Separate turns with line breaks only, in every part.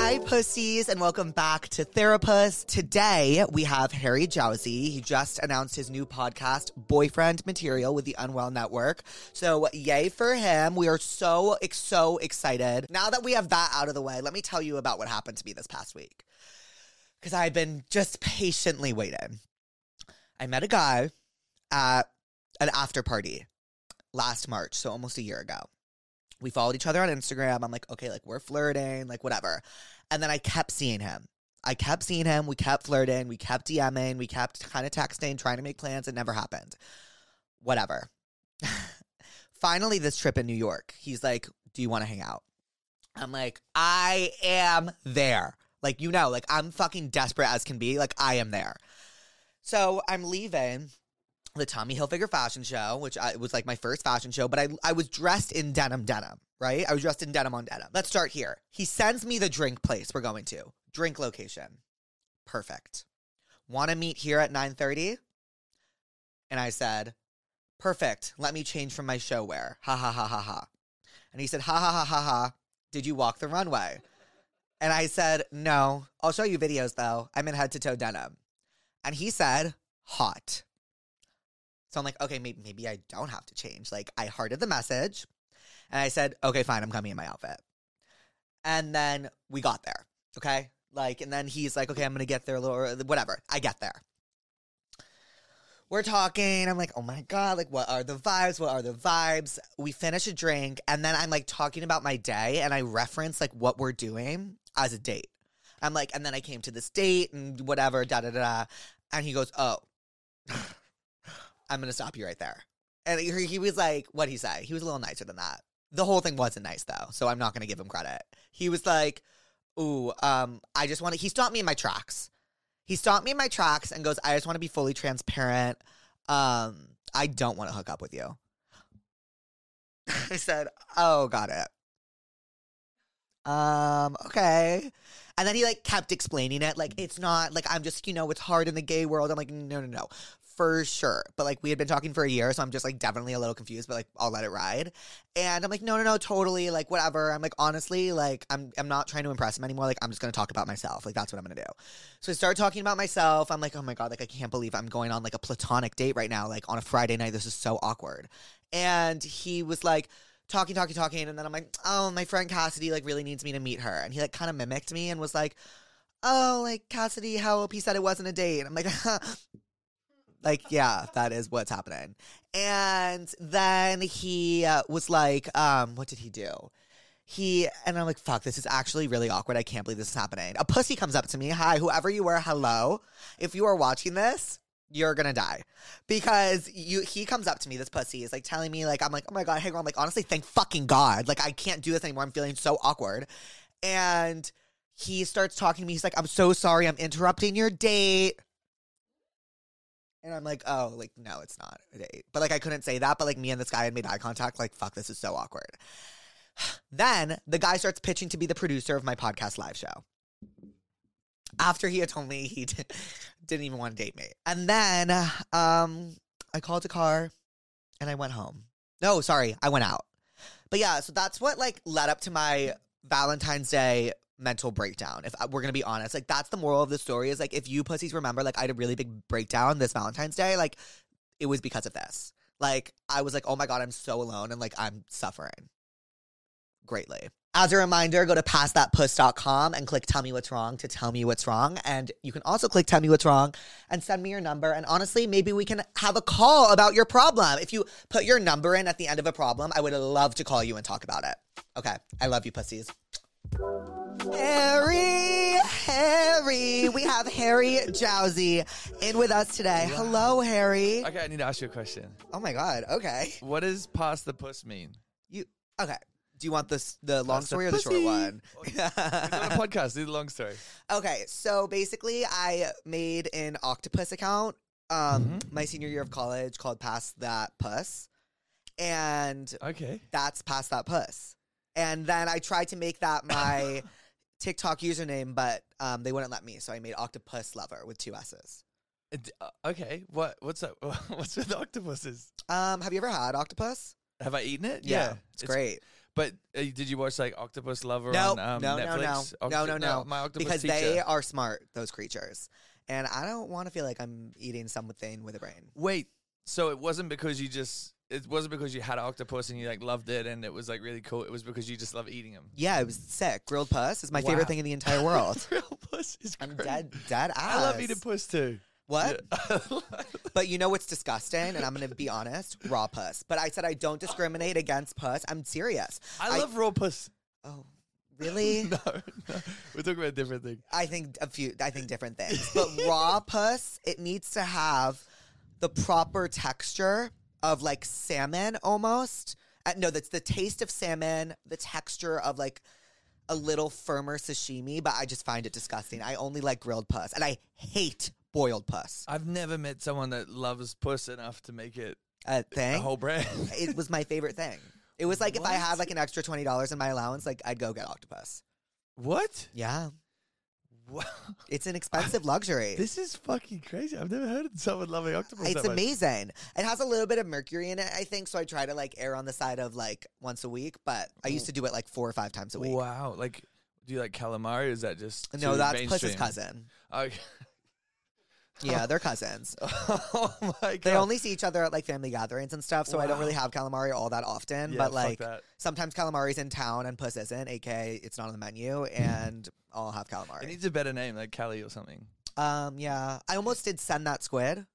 Therapusties and welcome back to Therapus. Today we have Harry Jowsey. He just announced his new podcast, Boyfriend Material, with the Unwell Network. So yay for him. We are so, ex- so excited. Now that we have that out of the way, let me tell you about what happened to me this past week. Because I've been just patiently waiting. I met a guy at an after party last March, so almost a year ago. We followed each other on Instagram. I'm like, okay, like we're flirting, like whatever. And then I kept seeing him. I kept seeing him. We kept flirting. We kept DMing. We kept kind of texting, trying to make plans. It never happened. Whatever. Finally, this trip in New York, he's like, do you want to hang out? I'm like, I am there. Like, you know, like I'm fucking desperate as can be. Like, I am there. So I'm leaving the Tommy Hilfiger fashion show, which I, it was like my first fashion show, but I, I was dressed in denim, denim, right? I was dressed in denim on denim. Let's start here. He sends me the drink place we're going to, drink location. Perfect. Want to meet here at 9.30? And I said, perfect. Let me change from my show wear. Ha ha ha ha ha. And he said, ha ha ha ha ha. Did you walk the runway? And I said, no. I'll show you videos though. I'm in head to toe denim. And he said, hot. So I'm like, okay, maybe, maybe I don't have to change. Like, I hearted the message and I said, okay, fine, I'm coming in my outfit. And then we got there, okay? Like, and then he's like, okay, I'm gonna get there a little, or whatever. I get there. We're talking. I'm like, oh my God, like, what are the vibes? What are the vibes? We finish a drink and then I'm like talking about my day and I reference like what we're doing as a date. I'm like, and then I came to this date and whatever, da da da. da. And he goes, oh, I'm gonna stop you right there. And he, he was like, what'd he say? He was a little nicer than that. The whole thing wasn't nice though, so I'm not gonna give him credit. He was like, ooh, um, I just wanna he stopped me in my tracks. He stopped me in my tracks and goes, I just wanna be fully transparent. Um, I don't wanna hook up with you. I said, Oh, got it. Um, okay. And then he like kept explaining it. Like, it's not like I'm just, you know, it's hard in the gay world. I'm like, no, no, no for sure. But like we had been talking for a year, so I'm just like definitely a little confused, but like I'll let it ride. And I'm like, no, no, no, totally, like whatever. I'm like, honestly, like I'm I'm not trying to impress him anymore. Like I'm just gonna talk about myself. Like that's what I'm gonna do. So I start talking about myself. I'm like, oh my god, like I can't believe I'm going on like a platonic date right now, like on a Friday night. This is so awkward. And he was like talking, talking, talking, and then I'm like, oh, my friend Cassidy like really needs me to meet her. And he like kind of mimicked me and was like, oh, like Cassidy, how he said it wasn't a date. And I'm like, like yeah that is what's happening and then he uh, was like um what did he do he and i'm like fuck this is actually really awkward i can't believe this is happening a pussy comes up to me hi whoever you were hello if you are watching this you're gonna die because you he comes up to me this pussy is like telling me like i'm like oh my god hey girl i'm like honestly thank fucking god like i can't do this anymore i'm feeling so awkward and he starts talking to me he's like i'm so sorry i'm interrupting your date and I'm like, oh, like, no, it's not a date. But like, I couldn't say that. But like, me and this guy had made eye contact. Like, fuck, this is so awkward. then the guy starts pitching to be the producer of my podcast live show. After he had told me he did, didn't even want to date me. And then um, I called a car and I went home. No, sorry, I went out. But yeah, so that's what like led up to my Valentine's Day mental breakdown. If I- we're gonna be honest, like that's the moral of the story is like if you pussies remember, like I had a really big breakdown this Valentine's Day, like it was because of this. Like I was like, oh my god, I'm so alone, and like I'm suffering greatly. As a reminder, go to passthatpuss.com and click tell me what's wrong to tell me what's wrong. And you can also click tell me what's wrong and send me your number. And honestly, maybe we can have a call about your problem. If you put your number in at the end of a problem, I would love to call you and talk about it. Okay. I love you, pussies. Harry, Harry. We have Harry Jowsey in with us today. Hello, Harry.
Okay, I need to ask you a question.
Oh my God. Okay.
What does pass the puss mean?
You okay? Do you want this the long
That's a
story or the short
pussy.
one?
It's on a podcast. Do the long story.
okay, so basically, I made an octopus account um,
Mm-hmm.
my senior year of college called Pass That Puss, and
Okay.
that's Pass That Puss. And then I tried to make that my TikTok username, but um, they wouldn't let me, so I made Octopus Lover with two S's.
It- uh, okay. What? What's up? What's with octopuses?
Um, have you ever had octopus?
Have I eaten it?
it's, great.
But uh, did you watch like Octopus Lover
No,
on um,
no, no,
Netflix? uh,
no. No, no, no.
My Octopus
because
Teacher.
they are smart, those creatures. And I don't want to feel like I'm eating something with a brain.
Wait, so it wasn't because you just it wasn't because you had an octopus and you like loved it and it was like really cool. It was because you just love eating them.
Yeah, it was sick. Grilled puss is my
Wow.
favorite thing in the entire world.
Real puss is
I'm
great.
dead, dead ass.
I love eating puss too.
What?
Yeah.
But you know what's disgusting? And I'm going to be honest raw puss. But I said I don't discriminate against puss. I'm serious.
I love raw puss.
Oh, really?
No, no, we're talking about a different thing.
I think a few. I think different things, but raw puss it needs to have the proper texture of like salmon almost. Uh, no, that's the taste of salmon, the texture of like a little firmer sashimi. But I just find it disgusting. I only like grilled puss, and I hate boiled puss.
I've never met someone that loves puss enough to make it
Uh,
a
thing.
whole brand.
it was my favorite thing. It was like if I
What?
had like an extra twenty dollars in my allowance, like I'd go get octopus.
what?
Yeah,
Wow.
it's an expensive luxury.
This is fucking crazy. I've never heard of someone loving octopus.
It's
that much.
amazing. It has a little bit of mercury in it, I think. So I try to like err on the side of like once a week, but I used to do it like four or five times a week.
Wow. Like, do you like calamari? Or is that just
No,
too
that's Puss's
mainstream?
cousin.
Okay.
Yeah, they're cousins.
oh my god.
They only see each other at like family gatherings and stuff, so I don't
Wow.
really have calamari all that often.
Yeah,
but
fuck
like
that.
sometimes calamari's in town and puss isn't, aka it's not on the menu, and I'll have calamari.
It needs a better name, like Cali or something.
um, yeah, I almost did send that squid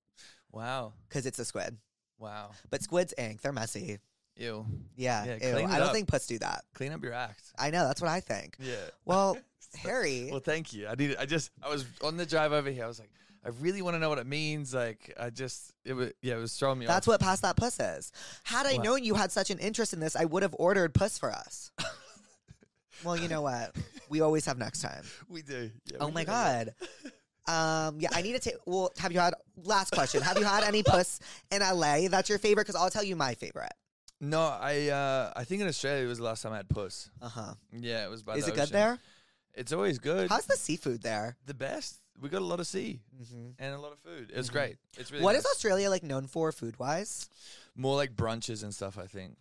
Wow.
because it's a squid,
Wow.
but squids ink, they're messy.
Ew.
Yeah,
Yeah,
ew.
clean
I
it
don't
up.
think puss do that.
Clean up your act.
I know that's what I think.
Yeah.
Well, Harry.
Well, thank you. I did. I just. I was on the drive over here. I was like, I really want to know what it means. Like, I just. It was. Yeah. It was throwing me
That's
off.
what Pass That Puss is. Had I
What?
known you had such an interest in this, I would have ordered puss for us. well, you know what? We always have next time.
we do. Yeah,
Oh
we
my
do.
God. Um, yeah, I need to take. Well, have you had, last question, have you had any puss in LA that's your favorite? Because I'll tell you my favorite.
No, I. uh I think in Australia it was the last time I had puss.
Uh huh.
Yeah, it was by.
Is
the
it good
ocean.
there?
It's always good.
How's the seafood there?
the best. We got a lot of sea
Mm-hmm.
and a lot of food. It was
Mhm.
great. It's really.
What
nice.
is Australia like known for food wise?
More like brunches and stuff, I think.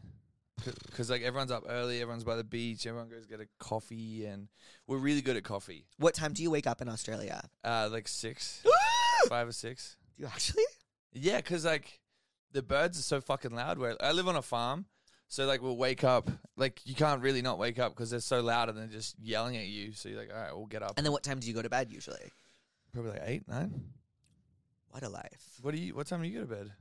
Because like everyone's up early, everyone's by the beach, everyone goes get a coffee, and we're really good at coffee.
What time do you wake up in Australia?
Uh, like six, five or six.
Do you actually?
Yeah, because like the birds are so fucking loud. Where I live on a farm, so like we'll wake up. Like you can't really not wake up because they're so loud and they're just yelling at you. So you're like, all right, we'll get up.
And then what time do you go to bed usually?
Probably like eight, nine.
What a life.
What do you? What time do you go to bed?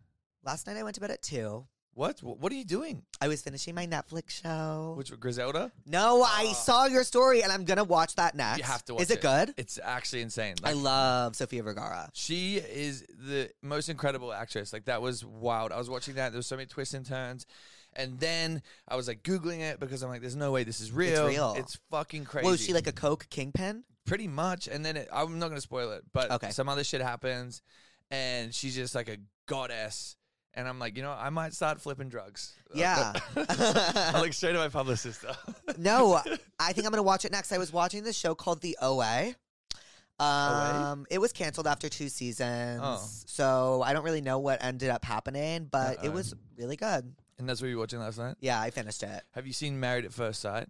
Last night I went to bed at two.
What? Wh- What are you doing?
I was finishing my Netflix show.
Which Griselda?
no, I
Ah.
saw your story and I'm gonna watch that next.
You have to.
Is
watch
it, good?
It's actually insane.
I
Like,
love Sofia Vergara.
She is the most incredible actress. Like that was wild. I was watching that. There was so many twists and turns, and then I was like googling it because I'm like, "There's no way this is real.
real.
It's fucking crazy."
Well, is she like a Coke kingpin?
pretty much. And then it, I'm not gonna spoil it, but
Okay.
some other shit happens, and she's just like a goddess. And I'm like, you know, I might start flipping drugs.
Yeah.
I like straight to my publicist.
No, I think I'm gonna watch it next. I was watching this show called The OA. Um, it was canceled after two seasons,
Oh. Uh-uh.
so I don't really know what ended up happening, but it
Uh-oh.
was really good.
and that's what you were watching last night.
Yeah, I finished it.
Have you seen Married at First Sight?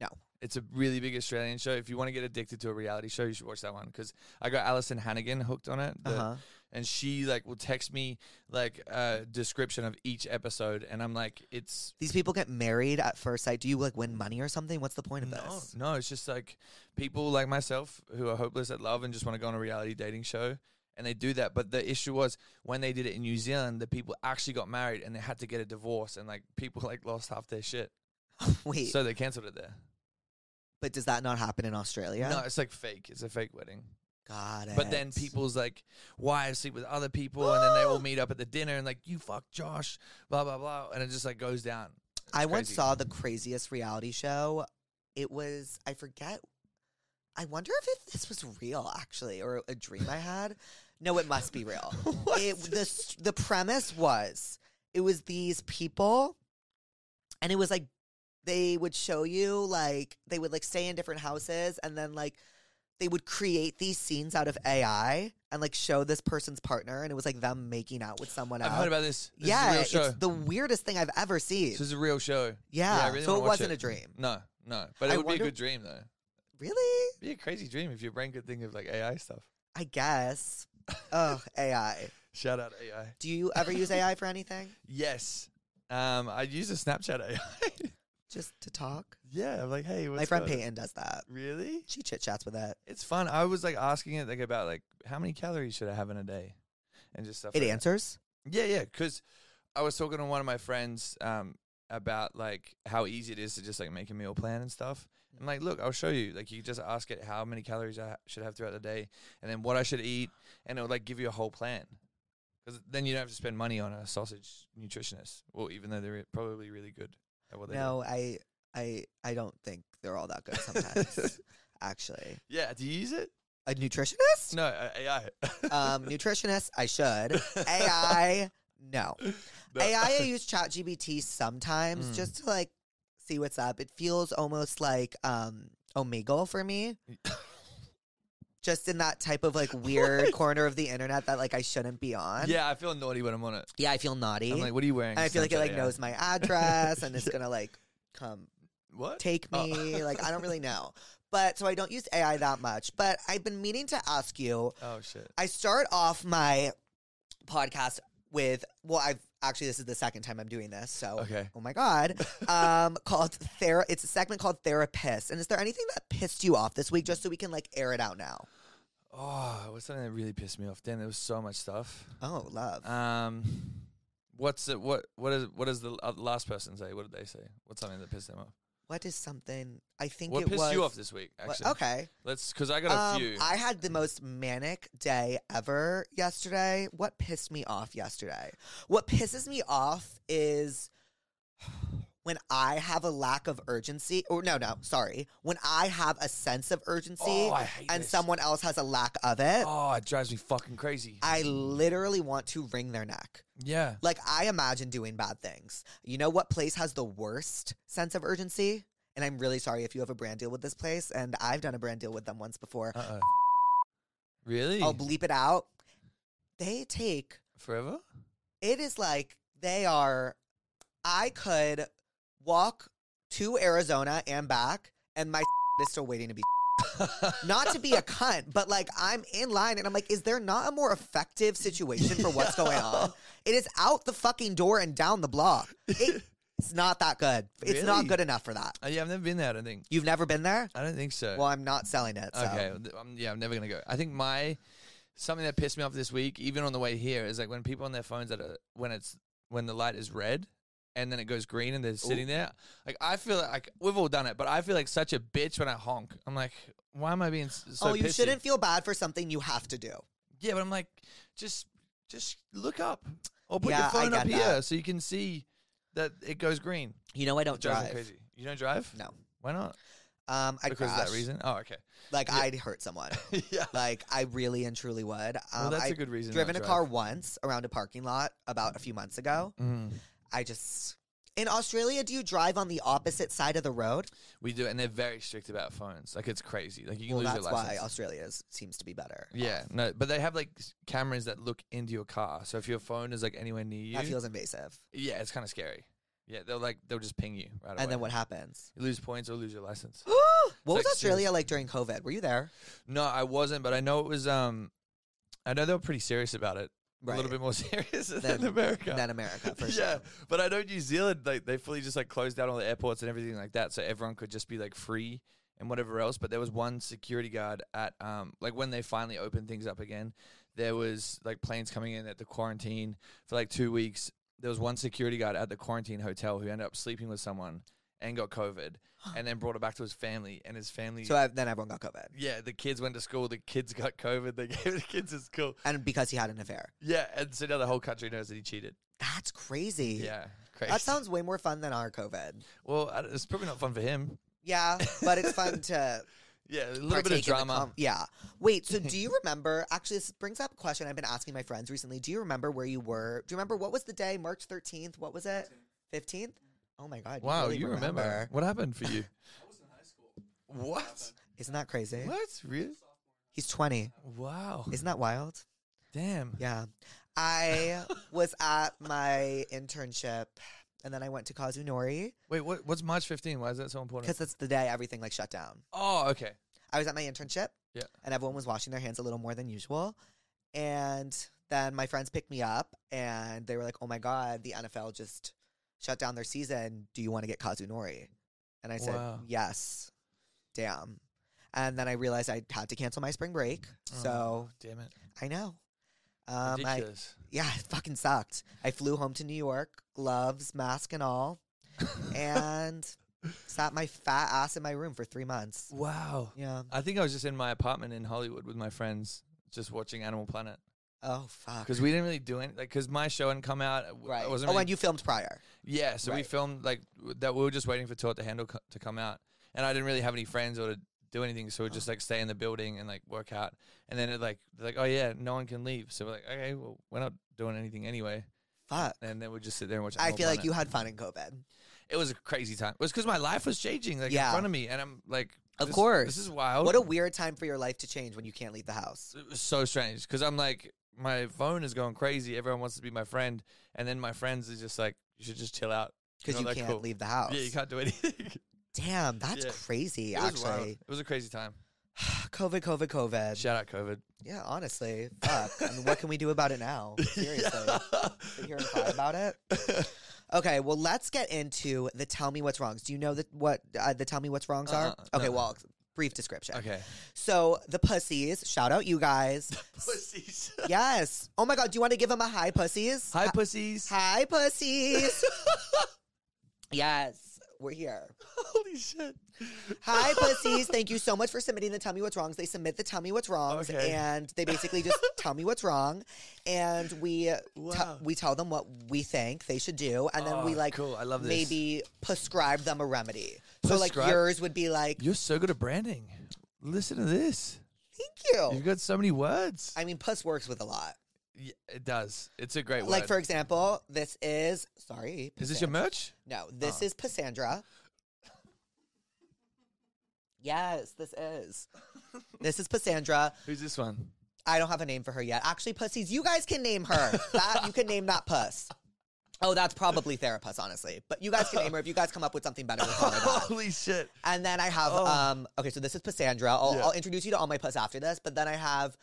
No.
It's a really big Australian show. If you want to get addicted to a reality show, you should watch that one because I got Alison Hannigan hooked on it, the-
Uh huh.
and she like will text me like a description of each episode, and I'm like, it's
These people get married at first sight. Do you like win money or something? What's the point of
no,
this?
no. It's just like people like myself who are hopeless at love and just want to go on a reality dating show, and they do that. But the issue was when they did it in New Zealand, the people actually got married and they had to get a divorce, and like people like lost half their shit,
Wait,
so they cancelled it there.
but does that not happen in Australia?
No, it's like fake. It's a fake wedding.
Got it.
But then people's like wives sleep with other people, and then they all meet up at the dinner and like you fuck Josh, blah blah blah, and it just like goes down.
I once
crazy.
saw the craziest reality show. It was I forget. I wonder if it, this was real actually, or a dream I had. No, it must be real. it, the s- the premise was it was these people, and it was like they would show you like they would like stay in different houses, and then like they would create these scenes out of AI and like show this person's partner, and it was like them making out with someone
I've
else.
heard about this. this
yeah,
is a real show.
it's the weirdest thing I've ever seen.
this is a real show.
yeah,
yeah, I really
so
wanna
it
watch
wasn't
it.
a dream.
No, no, but it
I
would
wonder-
be a good dream though.
Really?
Be a crazy dream if your brain could think of like AI stuff.
I guess. Ugh, AI.
Shout out AI.
Do you ever use AI for anything?
Yes, um, I'd use a Snapchat AI.
Just to talk?
yeah, I'm like, hey, what's
My friend
going on?
Peyton does that.
Really?
She chit chats with it.
It's fun. I was like asking it like about like how many calories should I have in a day, and just stuff.
It
like that.
answers.
Yeah, yeah. Because I was talking to one of my friends um, about like how easy it is to just like make a meal plan and stuff. I'm like, look, I'll show you. Like, you just ask it how many calories I ha- should have throughout the day, and then what I should eat, and it'll like give you a whole plan. Because then you don't have to spend money on a sausage nutritionist. Well, even though they're probably really good at what they
No, I, I, I don't think they're all that good
do.
sometimes. actually,
yeah. Do you use it?
a nutritionist.
No, uh, AI.
Um, nutritionist. I should. AI. No.
No.
AI. I use ChatGPT sometimes
Mm.
just to like see what's up. It feels almost like um Omegle for me. Just in that type of like weird
What?
corner of the internet that like I shouldn't be on.
yeah, I feel naughty when I'm on it.
Yeah, I feel naughty.
I'm like, what are you wearing?
and I feel like it
Snapchat
like
AI?
knows my address and it's gonna like come
what
take
Oh.
me. like I don't really know. But so I don't use AI that much. But I've been meaning to ask you.
Oh shit.
I start off my podcast with well, I've actually this is the second time I'm doing this. So
Okay.
oh my god. Um called Thera it's a segment called Therapist. And is there anything that pissed you off this week just so we can like air it out now?
Oh, what's something that really pissed me off? Damn, there was so much stuff.
Oh, love.
Um, what's it, what what is what does the l- uh, last person say? What did they say? What's something that pissed them off?
what is something I think
What
it
pissed
was
you off this week?
What-
Actually,
Okay.
let's because I got a
Um,
few.
I had the most manic day ever yesterday. What pissed me off yesterday? What pisses me off is when I have a lack of urgency, or no, no, sorry, when I have a sense of urgency
oh, I hate
and
this.
someone else has a lack of it.
Oh, it drives me fucking crazy.
I literally want to wring their neck.
yeah.
Like, I imagine doing bad things. You know what place has the worst sense of urgency? And I'm really sorry if you have a brand deal with this place, and I've done a brand deal with them once before.
Uh. uh Really?
I'll bleep it out. They take
Forever?
it is like they are. I could walk to Arizona and back, and my is still waiting to be. Not to be a cunt, but like I'm in line and I'm like, is there not a more effective situation for what's going on? It is out the fucking door and down the block. It- it's not that good. It's not
Really?
good enough for that.
Oh, yeah, I've never been there. I don't think.
You've never been there?
I don't think so.
Well, I'm not selling it. So.
Okay. th- um, yeah, I'm never gonna go. I think my something that pissed me off this week, even on the way here, is like when people on their phones that are when it's when the light is red and then it goes green and they're sitting there. Like I feel like, like we've all done it, but I feel like such a bitch when I honk. I'm like, why am I being s- so?
oh, you
pissy?
shouldn't feel bad for something you have to do.
Yeah, but I'm like, just just look up or put
Yeah, I
your phone up
get
here
that.
so you can see that it goes green.
You know, I don't
It drives me
drive.
crazy. You don't drive?
No.
Why not?
Um, I'd
because of
crash.
that reason. Oh, okay.
Like
Yeah.
I'd hurt someone.
yeah.
like I really and truly would. Um,
well, that's
I
a good reason. not
driven a
drive.
car once around a parking lot about a few months ago.
Mm.
I just in Australia, do you drive on the opposite side of the road?
We do, and they're very strict about phones. Like it's crazy. Like you can
well,
lose
that's
your
why
license.
Australia is, seems to be better.
yeah, no, but they have like s- cameras that look into your car. So if your phone is like anywhere near you,
that feels invasive.
yeah, it's kind of scary. Yeah, they'll like they'll just ping you right away.
And then what happens?
You lose points or lose your license.
What was
Like,
Australia
seriously.
like during COVID? Were you there?
No, I wasn't, but I know it was. Um, I know they were pretty serious about it. A little
Right.
bit more serious than,
Than-
America.
Than America, for
yeah,
sure.
but I know New Zealand, like they fully just like closed down all the airports and everything like that, so everyone could just be like free and whatever else. But there was one security guard at um like when they finally opened things up again, there was like planes coming in at the quarantine for like two weeks. There was one security guard at the quarantine hotel who ended up sleeping with someone and got COVID, and then brought it back to his family, and his family.
So I, then everyone got COVID,
yeah, the kids went to school. The kids got COVID. They gave it to kids at school.
and because he had an affair,
Yeah, and so now the whole country knows that he cheated.
that's crazy.
Yeah, crazy.
That sounds way more fun than our COVID.
Well, I don't- it's probably not fun for him.
Yeah, but it's fun to
Yeah, a little bit of
partake in the
drama.
com- yeah. Wait, so do you remember? Actually, this brings up a question I've been asking my friends recently. Do you remember where you were? Do you remember what was the day? March 13th? What was it? 15th? Oh my God.
wow,
really
you remember. What happened for you? I was in high school. What?
Isn't that crazy?
What? Really?
He's 20.
Wow.
Isn't that wild?
Damn.
Yeah. I was at my internship and then I went to Kazunori
Wait, what? What's March 15? Why is that so important?
because that's the day everything like shut down.
Oh, okay.
I was at my internship.
Yeah.
And everyone was washing their hands a little more than usual. And then my friends picked me up and they were like, oh my God, the NFL just shut down their season. Do you want to get Kazunori? And I said,
Wow.
yes. Damn. And then I realized I had to cancel my spring break.
Oh,
So
damn it.
I know. Um, I,
Ridiculous.
yeah, it fucking sucked. I flew home to New York, gloves, mask, and all, and sat my fat ass in my room for three months.
wow.
Yeah.
I think I was just in my apartment in Hollywood with my friends, just watching Animal Planet
Oh fuck.
because we didn't really do any like because my show hadn't come out. I w- I
Right.
wasn't
oh,
really-
and you filmed prior.
yeah, so we
Right.
filmed like w- that. We were just waiting for Tour at the Handle co- to come out, and I didn't really have any friends or to do anything, so we just
Uh-huh.
like stay in the building and like work out. And then it like they're like oh yeah, no one can leave, so we're like okay, well we're not doing anything anyway.
Fuck.
And then we just sit there and watch.
I
Animal
feel like
Planet.
you had fun in COVID.
It was a crazy time. It was because my life was changing like
Yeah.
in front of me, and I'm like,
Of
this-
course.
this is wild.
What a weird time for your life to change when you can't leave the house.
it was so strange because I'm like, my phone is going crazy. Everyone wants to be my friend, and then my friends are just like, you should just chill out.
Because
know,
you
like,
can't
cool.
leave the house.
Yeah, you can't do anything.
Damn, that's
Yeah.
crazy,
it was wild.
actually.
it was a crazy time.
COVID, COVID, COVID.
Shout out COVID.
Yeah, honestly. Fuck. I mean, what can we do about it now? Seriously. Sit here and cry about it? Okay, well, let's get into the tell me what's wrongs. Do you know the, what uh, the tell me what's wrongs are?
Uh-uh,
okay,
no.
well, brief description.
okay.
So the pussies, shout out you guys.
Pussies.
yes. Oh my God, do you want to give them a hi, pussies?
Hi, pussies.
hi, pussies. yes, we're here.
Holy shit.
Hi, pussies. Thank you so much for submitting the Tell Me What's Wrongs. They submit the Tell Me What's Wrongs,
Okay.
and they basically just tell me what's wrong, and we te-
Wow.
we tell them what we think they should do, and then we
Oh,
like
cool. I love this.
maybe prescribe them a remedy. So like
Prescribe-
yours would be like,
You're so good at branding. Listen to this.
thank you.
You've got so many words.
Oh. I mean, puss works with a lot.
Yeah, it does. It's a great word.
Like for example, this is sorry.
is this your
Pissan-
merch?
No, this
Oh.
is Passandra. Yes, this is. this is Passandra.
Who's this one?
I don't have a name for her yet. Actually, pussies, you guys can name her. That you can name that puss. Oh, that's probably therapist, honestly. But you guys can name her if you guys come up with something better.
Oh,
We'll call her that.
Holy shit.
And then I have
Oh.
um okay, so this is Passandra. I'll,
Yeah.
I'll introduce you to all my puss after this, but then I have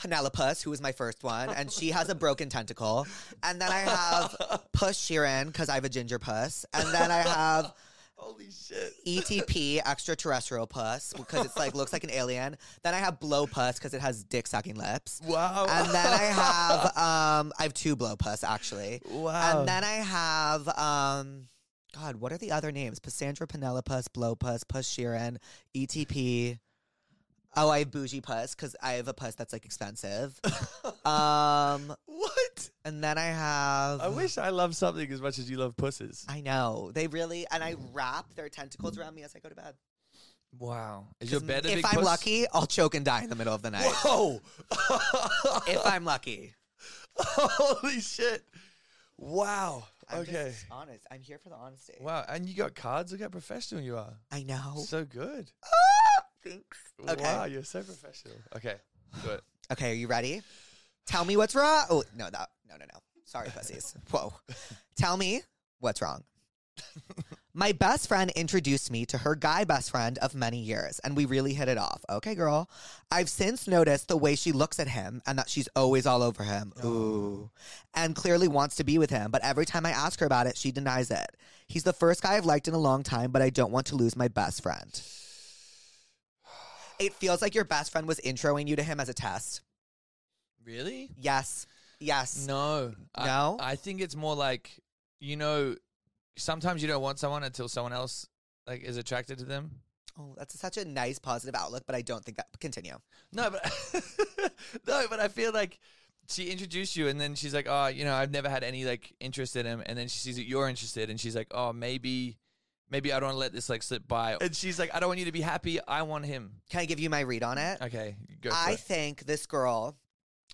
Penelopus, who was my first one, and she has a broken tentacle. And then I have Puss Sheeran, because I have a ginger puss. And then I have
Holy shit.
ETP, E extraterrestrial puss, because it's like looks like an alien. Then I have blow puss because it has dick sucking lips.
Wow.
And then I have um I have two blow puss actually.
Wow.
And then I have um God, what are the other names? Passandra Penelopus, Blow Puss, Puss Sheeran, ETP. Oh, I have bougie puss because I have a puss that's like expensive. um,
what?
and then I have
I wish I loved something as much as you love pusses.
I know they really and I wrap their tentacles around me as I go to bed.
Wow. Is your
'Cause
bed a
if
big
I'm
puss?
lucky, I'll choke and die in the middle of the night.
Whoa. Oh.
if I'm lucky.
Holy shit. Wow.
I'm
okay.
just honest. I'm here for the honesty.
Wow. And you got cards? Look how professional you are.
I know.
So good. Ah,
Thanks. Okay.
Wow, you're so professional. Okay. Do it.
Okay, are you ready? Tell me what's wrong. Oh, no, that, no, no, no. Sorry, pussies. Whoa. Tell me what's wrong. My best friend introduced me to her guy best friend of many years, and we really hit it off. Okay, girl. I've since noticed the way she looks at him and that she's always all over him. Ooh. And clearly wants to be with him, but every time I ask her about it, she denies it. He's the first guy I've liked in a long time, but I don't want to lose my best friend. It feels like your best friend was introing you to him as a test.
Really?
Yes. Yes.
No. I-
No?
I, think it's more like, you know, sometimes you don't want someone until someone else like is attracted to them.
Oh, that's such a nice positive outlook, but I don't think that continue.
No, but no, but I feel like she introduced you, and then she's like, "Oh, you know, I've never had any like interest in him." And then she sees that you're interested, and she's like, "Oh, maybe, maybe I don't want to let this like slip by." And she's like, "I don't want you to be happy. I want him."
Can I give you my read on it?
Okay, go. For
I
it.
think this girl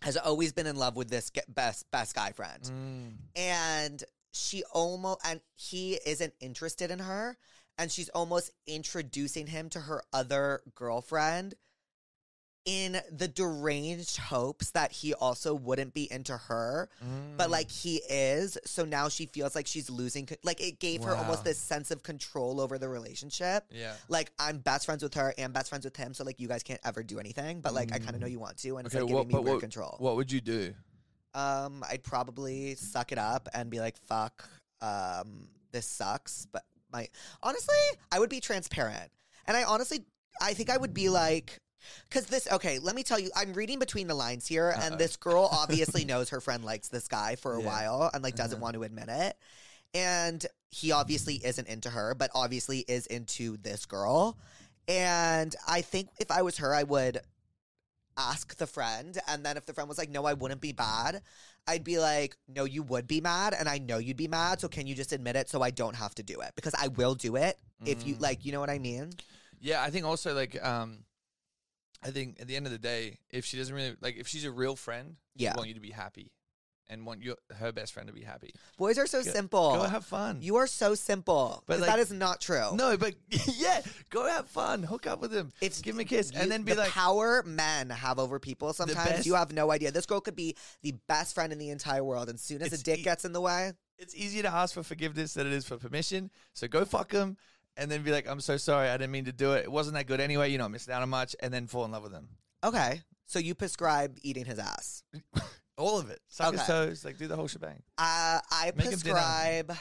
has always been in love with this ge- best best guy friend.
Mm.
And she almost and he isn't interested in her and she's almost introducing him to her other girlfriend in the deranged hopes that he also wouldn't be into her
mm.
but like he is so now she feels like she's losing co- like it gave her
Wow.
almost this sense of control over the relationship
yeah.
like i'm best friends with her and best friends with him so like you guys can't ever do anything but like i kind of know you want to and it's
Mm. Okay,
like
what-
giving
but
me weird
what-
control
What would you do?
um i'd probably suck it up and be like fuck um this sucks but my honestly i would be transparent and i honestly i think i would be like because this okay let me tell you i'm reading between the lines here
Uh-oh.
and this girl obviously knows her friend likes this guy for a
Uh-huh. Yeah.
while and like doesn't
Uh-huh.
want to admit it and he obviously isn't into her but obviously is into this girl and i think if i was her i would ask the friend and then if the friend was like no i wouldn't be bad i'd be like no you would be mad and i know you'd be mad so can you just admit it so i don't have to do it because i will do it if you
Mm.
like you know what i mean
Yeah, I think also like um, I think at the end of the day, if she doesn't really like, if she's a real friend,
Yeah.
she want you to be happy, and want your her best friend to be happy.
boys are so
Go-
simple
Go have fun.
you are so simple
But,
but
like-
that is not true
no, but yeah, go have fun. Hook up with them.
If
give them a kiss,
You-
and then be
the
like,
power men have over people sometimes
best-
you have no idea this girl could be the best friend in the entire world and soon as a
It's
dick
e-
gets in the way
it's easier to ask for forgiveness than it is for permission. So go fuck them, and then be like, I'm so sorry, I didn't mean to do it. It wasn't that good anyway. You know, I missed out on much, and then fall in love with them.
okay so you prescribe eating his ass
All of it. Suck his
Okay.
toes. Like do the whole shebang.
Uh, I
Make 'em dinner.
prescribe.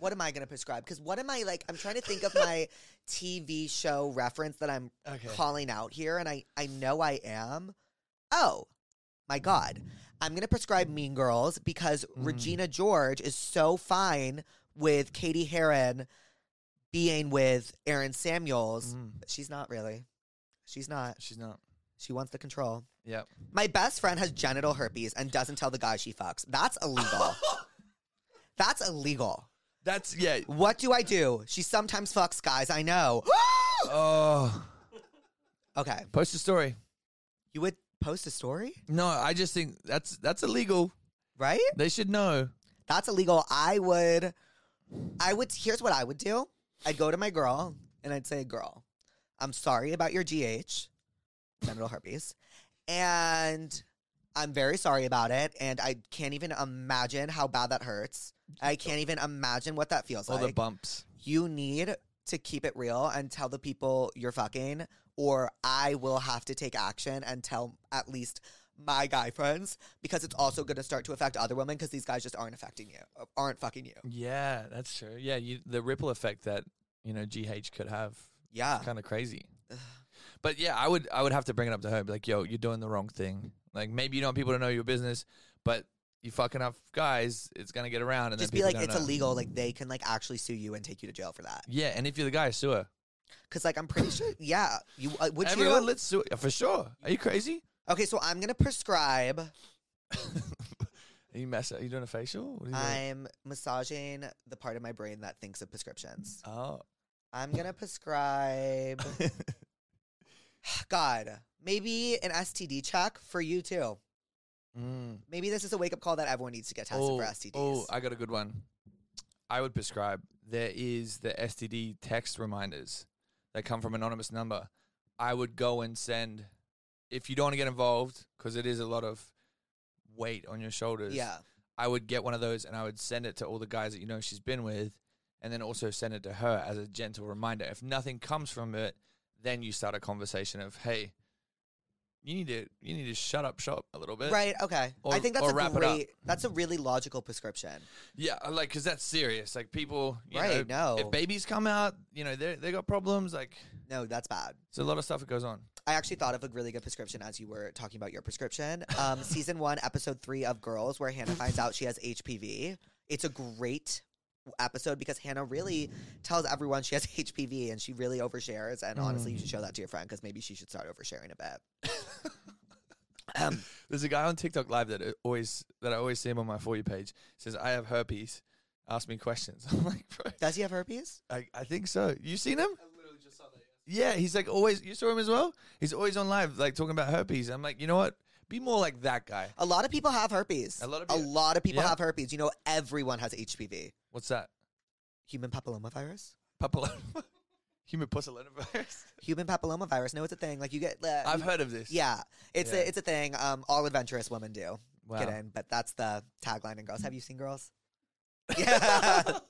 what am I going to prescribe? Because what am I like? I'm trying to think of my TV show reference that I'm
Okay.
calling out here, and I I know I am. Oh my god, I'm going to prescribe Mean Girls because
Mm.
Regina George is so fine with Katie Heron being with Aaron Samuels.
Mm.
But She's not really. She's not.
She's not.
She wants the control.
Yeah.
My best friend has genital herpes and doesn't tell the guy she fucks. That's illegal. That's illegal.
That's yeah.
What do I do? She sometimes fucks guys I know.
Oh,
okay.
post a story.
You would post a story,
No, I just think that's that's illegal.
right?
They should know.
That's illegal. I would I would here's what I would do. I'd go to my girl and I'd say, "Girl, I'm sorry about your GH, genital herpes, and I'm very sorry about it and I can't even imagine how bad that hurts. I can't even imagine what that feels
All
like.
the bumps.
you need to keep it real and tell the people you're fucking, or I will have to take action and tell at least my guy friends because it's also going to start to affect other women because these guys just aren't affecting you, aren't fucking you.
Yeah, that's true. Yeah, you, the ripple effect that you know GH could have,
Yeah.
kind of crazy. But yeah, I would I would have to bring it up to her. and Be like, yo, you're doing the wrong thing. Like maybe you don't want people to know your business, but you fucking up guys, it's gonna get around. And
Just
then
be
people
like,
don't
it's
know.
illegal. Like, they can, like, actually sue you and take you to jail for that.
Yeah, and if you're the guy, sue her.
Cause, like, I'm pretty sure, yeah. You, uh, would
Everyone,
you?
let's sue for sure. Are you crazy?
Okay, so I'm going to prescribe.
Are you mess? Are you doing a facial? What are you doing?
I'm massaging the part of my brain that thinks of prescriptions.
oh,
I'm going to prescribe. God, maybe an STD check for you too.
Mm.
Maybe this is a wake up call that everyone needs to get tested for STDs.
Oh, I got a good one. I would prescribe. There is the STD text reminders that come from anonymous number. I would go and send if you don't want to get involved because it is a lot of weight on your shoulders.
yeah.
I would get one of those and I would send it to all the guys that you know she's been with, and then also send it to her as a gentle reminder. If nothing comes from it, then you start a conversation of, "Hey, you need to you need to shut up shop a little bit,
Right. Okay. I
uh, or-
think that's
or
a
wrap it up.
great. That's a really logical prescription.
Yeah, I like because that's serious. Like people, you
right.
know,
No.
if babies come out, you know they they got problems. Like
no, that's bad.
it's a lot of stuff that goes on.
I actually thought of a really good prescription as you were talking about your prescription. Um, season one, episode three of Girls, where Hannah finds out she has HPV. It's a great episode because Hannah really tells everyone she has HPV and she really overshares. And honestly, you should
Hmm.
show that to your friend because maybe she should start oversharing a bit. um,
There's a guy on TikTok live that I always that I always see him on my for you page. Says I have herpes. Ask me questions. I'm like, bro,
does he have herpes?
I, I think so. You seen him? Yeah, he's like always. You saw him as well. He's always on live, like talking about herpes. I'm like, you know what? Be more like that guy.
A lot of people have herpes.
A lot of
a
peo-
lot of people
Yeah.
have herpes. You know, everyone has HPV,
What's that?
human papillomavirus.
papilloma, human papillomavirus.
Human papillomavirus. No, it's a thing. Like you get. Uh,
I've
you-
heard of this.
Yeah, it's
Yeah.
a it's a thing. Um, all adventurous women do.
Wow.
Kidding, but that's the tagline in Girls. Have you seen Girls?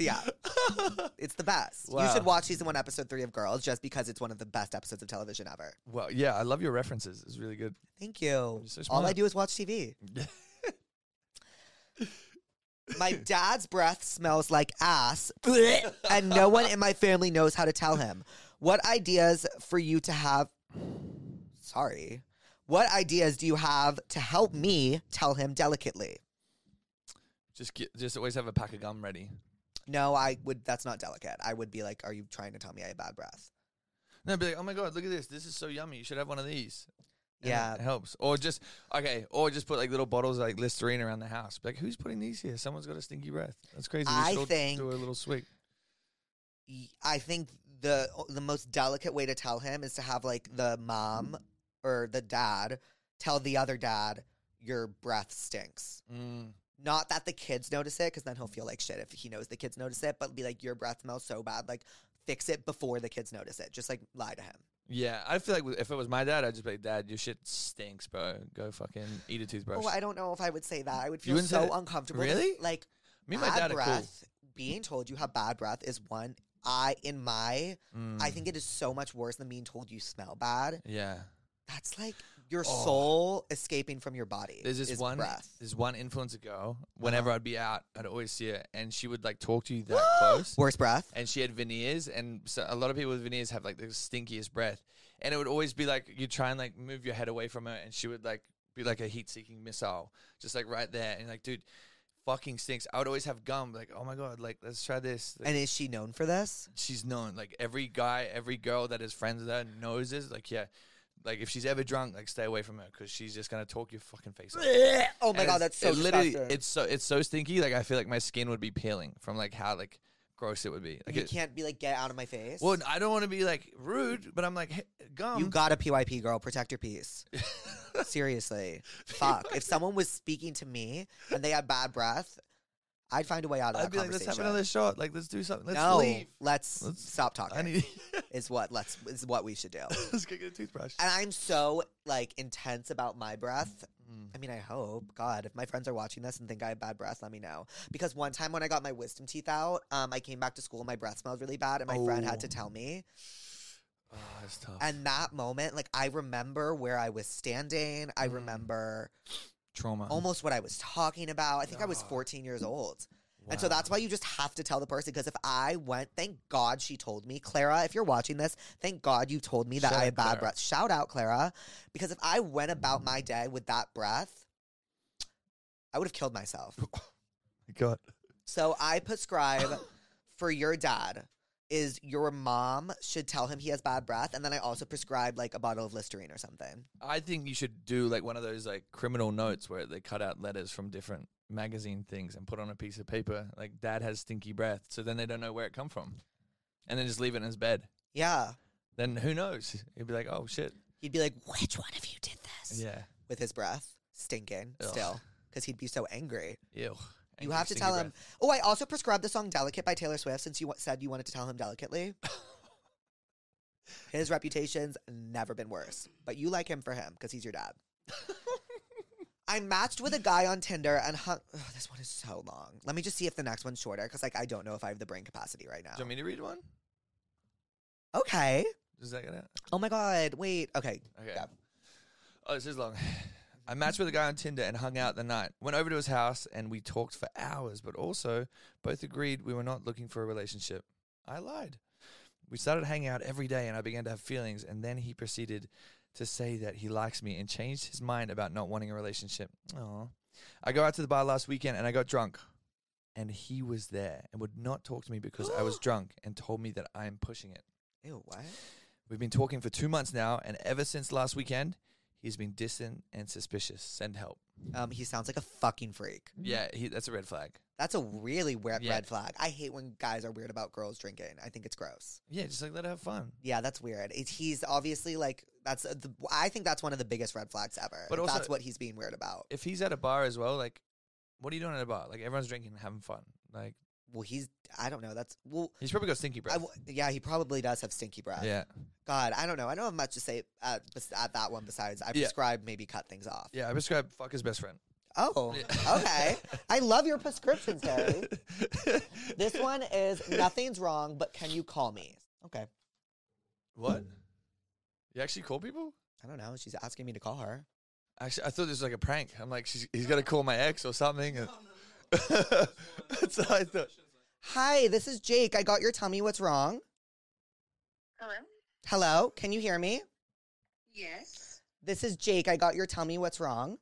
Yeah, yeah. It's the best. You
Wow.
should watch season one, episode three of Girls, just because it's one of the best episodes of television ever.
Well, yeah, I love your references. It's really good.
Thank you.
You're so
All I
smart.
do is watch TV. My dad's breath smells like ass, and no one in my family knows how to tell him. What ideas for you to have? Sorry. What ideas do you have to help me tell him delicately?
Just get, just always have a pack of gum ready.
No, I would. That's not delicate. I would be like, "Are you trying to tell me I have bad breath?"
No, be like, oh my god, look at this. This is so yummy. You should have one of these. And
Yeah.
it helps. Or just okay. Or just put like little bottles of, like Listerine around the house. Be like, who's putting these here? Someone's got a stinky breath. That's crazy. We
I
should all
think-
do a little sweep.
Y- I think the the most delicate way to tell him is to have like the mom or the dad tell the other dad, "Your breath stinks."
Mm.
Not that the kids notice it, because then he'll feel like shit if he knows the kids notice it. But be like, "Your breath smells so bad." Like, fix it before the kids notice it. Just like lie to him.
Yeah, I feel like if it was my dad, I'd just be like, Dad, your shit stinks, bro. Go fucking eat a toothbrush.
Oh, I don't know if I would say that. I would feel
wouldn't say
so
that-
uncomfortable. to-
Really?
Like.
Me and my
bad
dad are cool.
breath, being told you have bad breath is one. I, in my, I think it is so much worse than being told you smell bad.
Mm. Yeah.
That's like your
Oh.
soul escaping from your body.
There's this
is
one
breath. Uh-huh.
there's one influencer girl. Whenever I'd be out, I'd always see her and she would like talk to you that close.
Worse breath.
and she had veneers, and so a lot of people with veneers have like the stinkiest breath, and it would always be like you try and like move your head away from her, and she would like be like a heat-seeking missile, just like right there, and like dude, fucking stinks. I would always have gum, like oh my god, like let's try this. Like,
And is she known for this?
she's known, like every guy, every girl that is friends with her knows this. Like yeah, like if she's ever drunk, like stay away from her because she's just gonna talk your fucking face off.
Oh my
And
god,
it's-
that's so
it literally.
disgusting.
It's so it's so stinky. Like I feel like my skin would be peeling from like how like gross it would be. Like
you
it-
can't be like get out of my face.
well, um, I don't want to be like rude, but I'm like, hey, gum.
you got a PYP girl. Protect your peace. Seriously, fuck. If someone was speaking to me and they had bad breath, I'd find a way out of
I'd
that
be like, let's
conversation.
have another shot. Like, let's do something. Let's
no,
leave.
Let's,
Let's-
stop talking.
I need.
is what let's is what we should do.
let's go get a toothbrush.
And I'm so like intense about my breath.
Mm.
I mean, I hope God, if my friends are watching this and think I have bad breath, let me know. Because one time when I got my wisdom teeth out, um, I came back to school, my breath smelled really bad, and my friend had
Oh.
to tell me.
Oh, that's tough.
And that moment, like I remember where I was standing. I
Mm. Uh-huh.
remember
Trauma.
almost what I was talking about. I think I was
God.
14 years old. And so
Wow.
that's why you just have to tell the person. Because if I went, thank God she told me, Clara, if you're watching this, thank God you told me that
Shout
I
out,
had bad
Clara.
breath. Shout out, Clara. Because if I went about my day with that breath, I would have killed myself.
My God.
So I prescribe for your dad is your mom should tell him he has bad breath. And then I also prescribe like a bottle of Listerine or something.
I think you should do like one of those like criminal notes where they cut out letters from different magazine things and put on a piece of paper. Like, Dad has stinky breath, so then they don't know where it come from, and then just leave it in his bed.
Yeah.
Then who knows? He'd be like, oh shit.
He'd be like, which one of you did this?
Yeah.
With his breath stinking
Ugh.
still. Because he'd be so angry.
Ew.
You
Angry,
have to
stinky
tell
breath.
him. Oh, I also prescribed the song "Delicate" by Taylor Swift since you wa- said you wanted to tell him delicately. His reputation's never been worse, but you like him for him because he's your dad. I matched with a guy on Tinder and hung. Ugh, this one is so long. Let me just see if the next one's shorter because, like, I don't know if I have the brain capacity right now.
Do you want me to read one?
Okay.
Is that gonna?
Oh my god. Wait. Okay.
Okay.
Yeah.
Oh, this is long. I matched with a guy on Tinder and hung out the night. Went over to his house and we talked for hours, but also both agreed we were not looking for a relationship. I lied. We started hanging out every day and I began to have feelings, and then he proceeded to say that he likes me and changed his mind about not wanting a relationship. Aw. I go out to the bar last weekend and I got drunk. And he was there and would not talk to me because I was drunk and told me that I am pushing it.
Ew. What?
We've been talking for two months now, and ever since last weekend, he's been distant and suspicious. Send help.
Um. He sounds like a fucking freak.
Yeah, he, that's a red flag.
That's a really weird
Yeah.
red flag. I hate when guys are weird about girls drinking. I think it's gross.
Yeah, just like let her have fun.
Yeah, that's weird. It's, he's obviously like that's uh, the, I think that's one of the biggest red flags ever.
But
If
also-
that's what he's being weird about.
If he's at a bar as well, like, what are you doing at a bar? Like, everyone's drinking and having fun. Like,
Well, he's. I don't know. That's well.
He's probably got stinky breath.
I w uh, yeah, he probably does have stinky breath.
yeah,
God, I don't know. I don't have much to say at, bes- at that one besides I
Yeah.
prescribe maybe cut things off.
yeah. I prescribe fuck his best friend.
Oh,
Yeah.
okay. I love your prescriptions, Harry. This one is nothing's wrong, but can you call me? Okay.
What? You actually call people?
I don't know. She's asking me to call her.
Actually, I thought this was like a prank. I'm like, she's, he's gonna call my ex or something. and- That's what I thought.
Hi, this is Jake. I got your tell me what's wrong.
Hello?
Hello, can you hear me?
Yes.
This is Jake. I got your tell me what's wrong.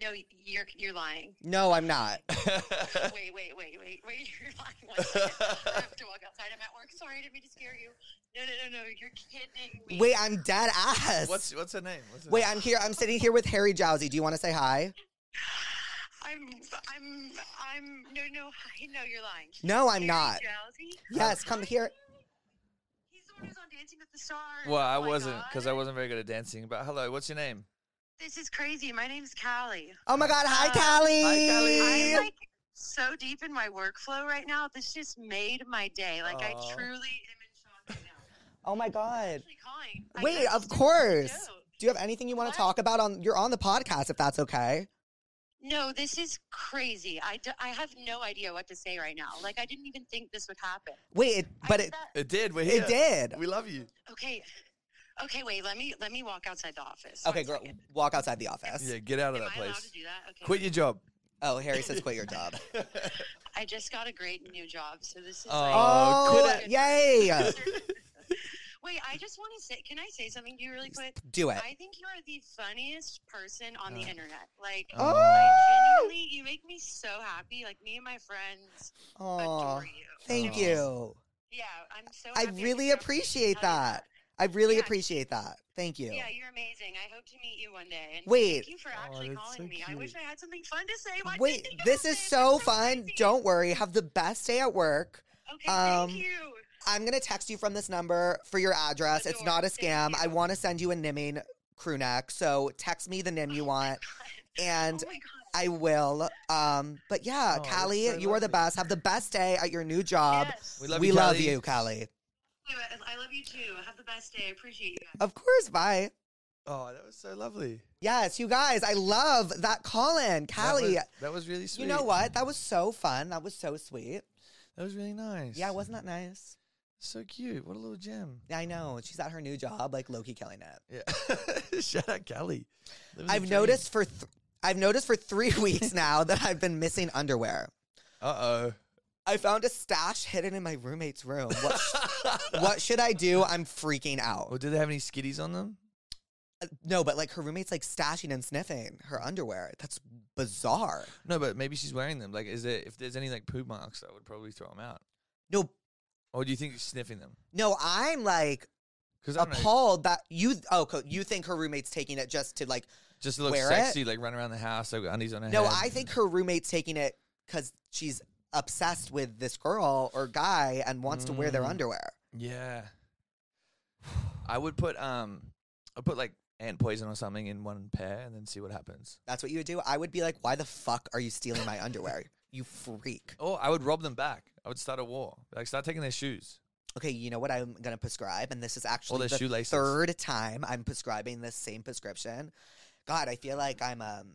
No, y- you're you're lying.
No, I'm not.
Wait, wait, wait, wait, wait. You're lying. One second. I have to walk outside. I'm at work. Sorry, I didn't mean to scare you. No, no, no, no. You're kidding me.
Wait, I'm dead ass.
What's what's her name? What's her
Wait, I'm here. I'm sitting here with Harry Jowsey. Do you want to say hi?
I'm, I'm, I'm. No, no, hi, no. You're lying.
No, I'm
Harry
not.
Jowsey?
Yes, come here.
He's the one who's on Dancing with the Stars.
Well, I
Oh my
wasn't because I
God.
wasn't very good at dancing. But hello, what's your name?
This is crazy. My name's Callie.
Oh my God. Hi,
Uh,
Callie.
hi, Callie.
I'm like so deep in my workflow right now. This just made my day. Like I
Aw.
truly am in shock right now.
Oh my God.
actually calling. I
Wait,
got
of
you.
course.
No.
Do you have anything you want to
What?
talk about? On You're on the podcast if that's okay.
No, this is crazy. I, d- I have no idea what to say right now. Like, I didn't even think this would happen.
Wait, it,
I
but
did
it,
that-
It did. We're here.
it did.
We love you.
Okay. Okay, wait. Let me let me walk outside the office.
Okay,
One
girl,
second.
walk outside the office.
Yeah, get out of
Am
that
I allowed to
place.
do that? Okay.
Quit your job.
Oh, Harry says quit your job.
I just got a great new job, so this is.
Aw.
like,
Oh,
quit
it.
yay.
wait, I just want to say. Can I say something to you really quick?
Do it.
I think you are the funniest person on the
Uh.
internet. Like,
Oh.
I
Oh,
genuinely, you make me so happy. Like, me and my friends
Oh. Aw,
adore you.
thank
Aw.
you.
Yeah, I'm so.
I
happy could
really
be on-
appreciate
tell you
that. I really
Yeah.
appreciate that. Thank you.
Yeah, you're amazing. I hope to meet you one day. And
Wait.
thank you for
Aw,
actually
that's
calling
so
me. I wish
cute.
I had something fun to say. Why didn't
Wait,
you think
this
of
is so
That's
fun.
crazy.
Don't worry. Have the best day at work.
Okay,
um,
thank you.
I'm going to text you from this number for your address. It's not a
Adore. Thank
scam. I
you.
want to send you a Nimming crew neck. So text me the Nim you want and
oh my God.
I will. Um, but yeah,
Oh, that's
Callie,
so
you are the
lovely.
best. Have the best day at your new job.
Yes.
We love
we
you,
love
Callie.
you, Callie.
I love you too. Have the best day. I appreciate you. guys.
Of course, bye.
Oh, that was so lovely.
Yes, you guys, I love that call in.
That
Callie,
was- that was really sweet.
you know what? That was so fun. That was so sweet.
That was really nice.
Yeah, wasn't that nice?
so cute. What a little gem.
I know. She's at her new job, like Loki killing it.
Yeah. Shout out Callie. Living the
I've
dream.
noticed for th- I've noticed for three weeks now that I've been missing underwear.
Uh
I found a stash hidden in my roommate's room. What,
oh.
what should I do? I'm freaking out. Uh,
Well, do they have any skitties on them?
No, but like her roommate's like stashing and sniffing her underwear. That's bizarre.
No, but maybe she's wearing them. Like, is there if there's any like poo marks, I would probably throw them out.
No,
Or do you think she's sniffing them?
no, I'm like
Because I'm
appalled that you. Oh, co- you think her roommate's taking it just to like?
just to look
wear it.
sexy, like run around the house, like with undies on her
No,
head.
I think her roommate's taking it because she's obsessed with this girl or guy and wants to wear their
Mm.
underwear.
Yeah. I would put um, I put like ant poison or something in one pair and then see what happens.
That's what you would do. I would be like, why the fuck are you stealing my underwear? You freak.
Or I would rob them back. I would start a war. Like start taking their shoes.
Okay, you know what I'm gonna prescribe, and this is actually
their
the
shoelaces.
third time I'm prescribing this same prescription. God, I feel like I'm um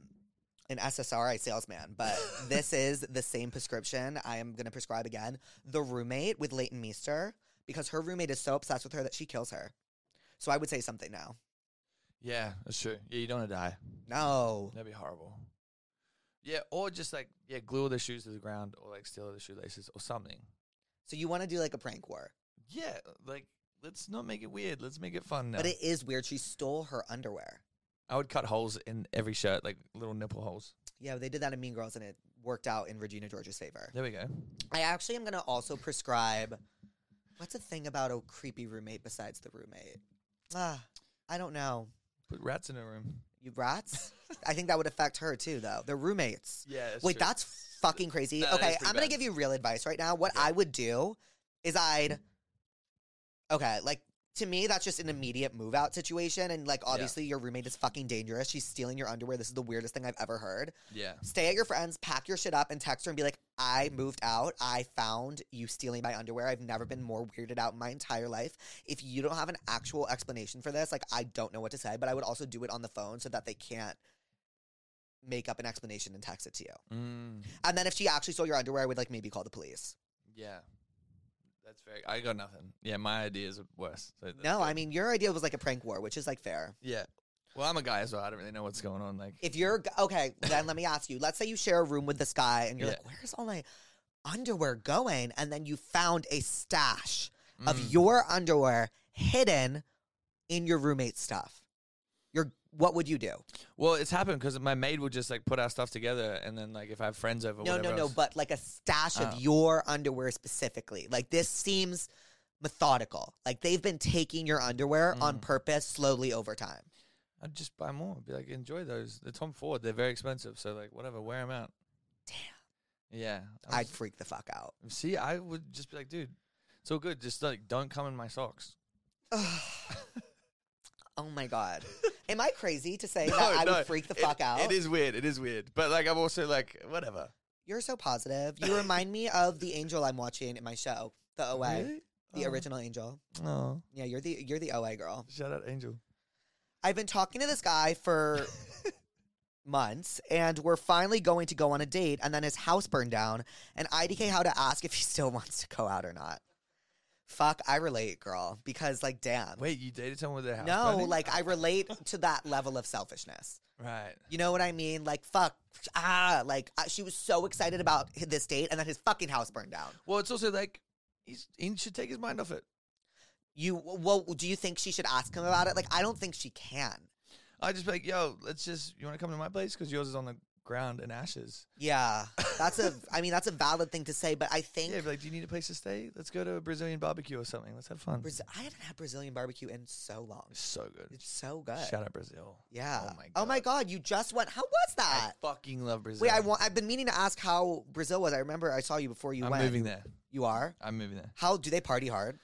an SSRI salesman, but this is the same prescription I am gonna prescribe again. The roommate with Leighton Meester, because her roommate is so obsessed with her that she kills her. So I would say something now.
Yeah, that's true. Yeah, you don't want to die.
No.
That'd be horrible. Yeah, or just like yeah, glue all their shoes to the ground, or like steal their shoelaces or something.
So you want to do like a prank war,
Yeah, like let's not make it weird. Let's make it fun now.
but it is weird. She stole her underwear.
I would cut holes in every shirt, like little nipple holes.
Yeah, they did that in Mean Girls, and it worked out in Regina George's favor.
There we go.
I actually am gonna also prescribe. What's a thing about a creepy roommate besides the roommate? Ah, I don't know.
Put rats in a room.
You rats. I think that would affect her too, though. They're roommates.
Yeah.
Wait, that's fucking crazy.
That is
okay,
pretty
I'm gonna
bad.
give you real advice right now. What
Yeah.
I would do is I'd. Okay, like to me, that's just an immediate move out situation. And like, obviously, your roommate is fucking dangerous. She's stealing your underwear. This is the weirdest thing I've ever heard.
Yeah.
Stay at your friend's, pack your shit up, and text her and be like, I moved out. I found you stealing my underwear. I've never been more weirded out in my entire life. If you don't have an actual explanation for this, like, I don't know what to say, but I would also do it on the phone so that they can't make up an explanation and text it to you.
Mm,
And then if she actually stole your underwear, I would like maybe call the police.
yeah. That's very. I got nothing. Yeah, my ideas are worse. So that's
No,
good.
I mean, your idea was like a prank war, which is like fair.
Yeah. Well, I'm a guy as well. I don't really know what's going on. Like.
If you're g- okay, then let me ask you. Let's say you share a room with this guy, and you're
Yeah.
like, "Where's all my underwear going?" And then you found a stash of
Mm.
your underwear hidden in your roommate's stuff. You're what would you do?
Well, it's happened because my maid will just like put our stuff together, and then like if I have friends over,
no,
whatever
no, no.
else-
But like a stash
Oh.
of your underwear specifically. Like this seems methodical. Like they've been taking your underwear on
Mm.
purpose, slowly over time.
I'd just buy more. Be like, enjoy those. They're Tom Ford. They're very expensive, so like whatever, wear them out.
Damn.
Yeah. I'm
I'd
s-
freak the fuck out.
see. I would just be like, dude, it's all good. Just like don't come in my socks.
oh my god. Am I crazy to say
No,
that I
no,
would freak the
it-
fuck out?
It is weird. It is weird. But like I'm also like whatever.
You're so positive. You remind me of the angel I'm watching in my show, the OA,
Really?
the
Oh.
original angel.
Oh,
Yeah, you're the you're the OA girl.
shout out Angel.
I've been talking to this guy for months, and we're finally going to go on a date. And then his house burned down, and IDK how to ask if he still wants to go out or not. Fuck, I relate, girl, because like, damn.
Wait, you dated someone with their house?
no,
burning?
like I relate to that level of selfishness.
right.
You know what I mean? Like, fuck, ah, like uh, she was so excited about hi- this date, and then his fucking house burned down.
Well, it's also like he's he should take his mind off it.
You, well, do you think she should ask him about it? Like, I don't think she can.
I just be like, yo, let's just you want to come to my place because yours is on the ground and ashes.
Yeah, that's a, I mean, that's a valid thing to say, but I think
Yeah, be like, do you need a place to stay? Let's go to a Brazilian barbecue or something. Let's have fun.
Braz- I haven't had Brazilian barbecue in so long.
It's so good.
It's so good.
Shout out Brazil.
Yeah.
Oh my
Oh my
God.
god, you just went. How was
I
that?
fucking love Brazil.
Wait, I want. I've been meaning to ask how Brazil was. I remember I saw you before you
I'm
went.
moving there.
You are.
I'm moving there.
How do they party hard?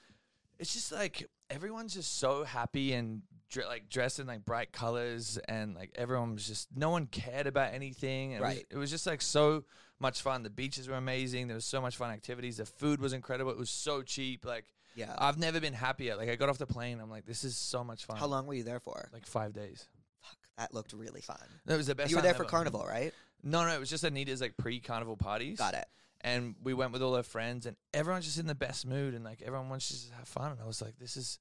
It's just like everyone's just so happy and dre- like dressed in like bright colors and like everyone was just no one cared about anything. It Was,
Right.
it was just like so much fun. The beaches were amazing. There was so much fun activities. The food was incredible. It was so cheap. Like
Yeah.
I've never been happier. Like I got off the plane. I'm like, this is so much fun.
how long were you there for?
Like five days.
Fuck, that looked really fun.
That was the best.
you were
time
there for
ever.
carnival, right?
No, no, it was just Anita's like pre-carnival parties.
Got it.
and we went with all her friends and everyone's just in the best mood and like everyone wants to just have fun and i was like this is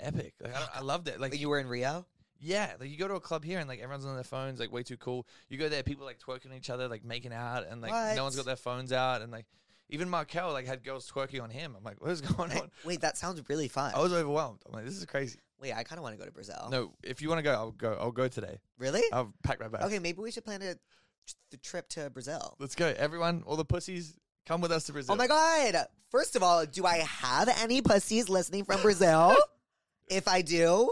epic like i, I loved it like
you were in Rio.
yeah like you go to a club here and like everyone's on their phones like way too cool you go there people like twerking each other like making out and like no one's
What?
got their phones out and like even markel like had girls twerking on him i'm like what is going on
Wait, that sounds really fun.
i was overwhelmed i'm like this is crazy
Wait, I kind of want to go to Brazil.
no Uh, if you want to go i'll go i'll go today
Really?
i'll pack my bag
okay, maybe we should plan a the trip to Brazil.
let's go everyone all the pussies come with us to brazil
Oh my god! First of all, do I have any pussies listening from Brazil? if I do,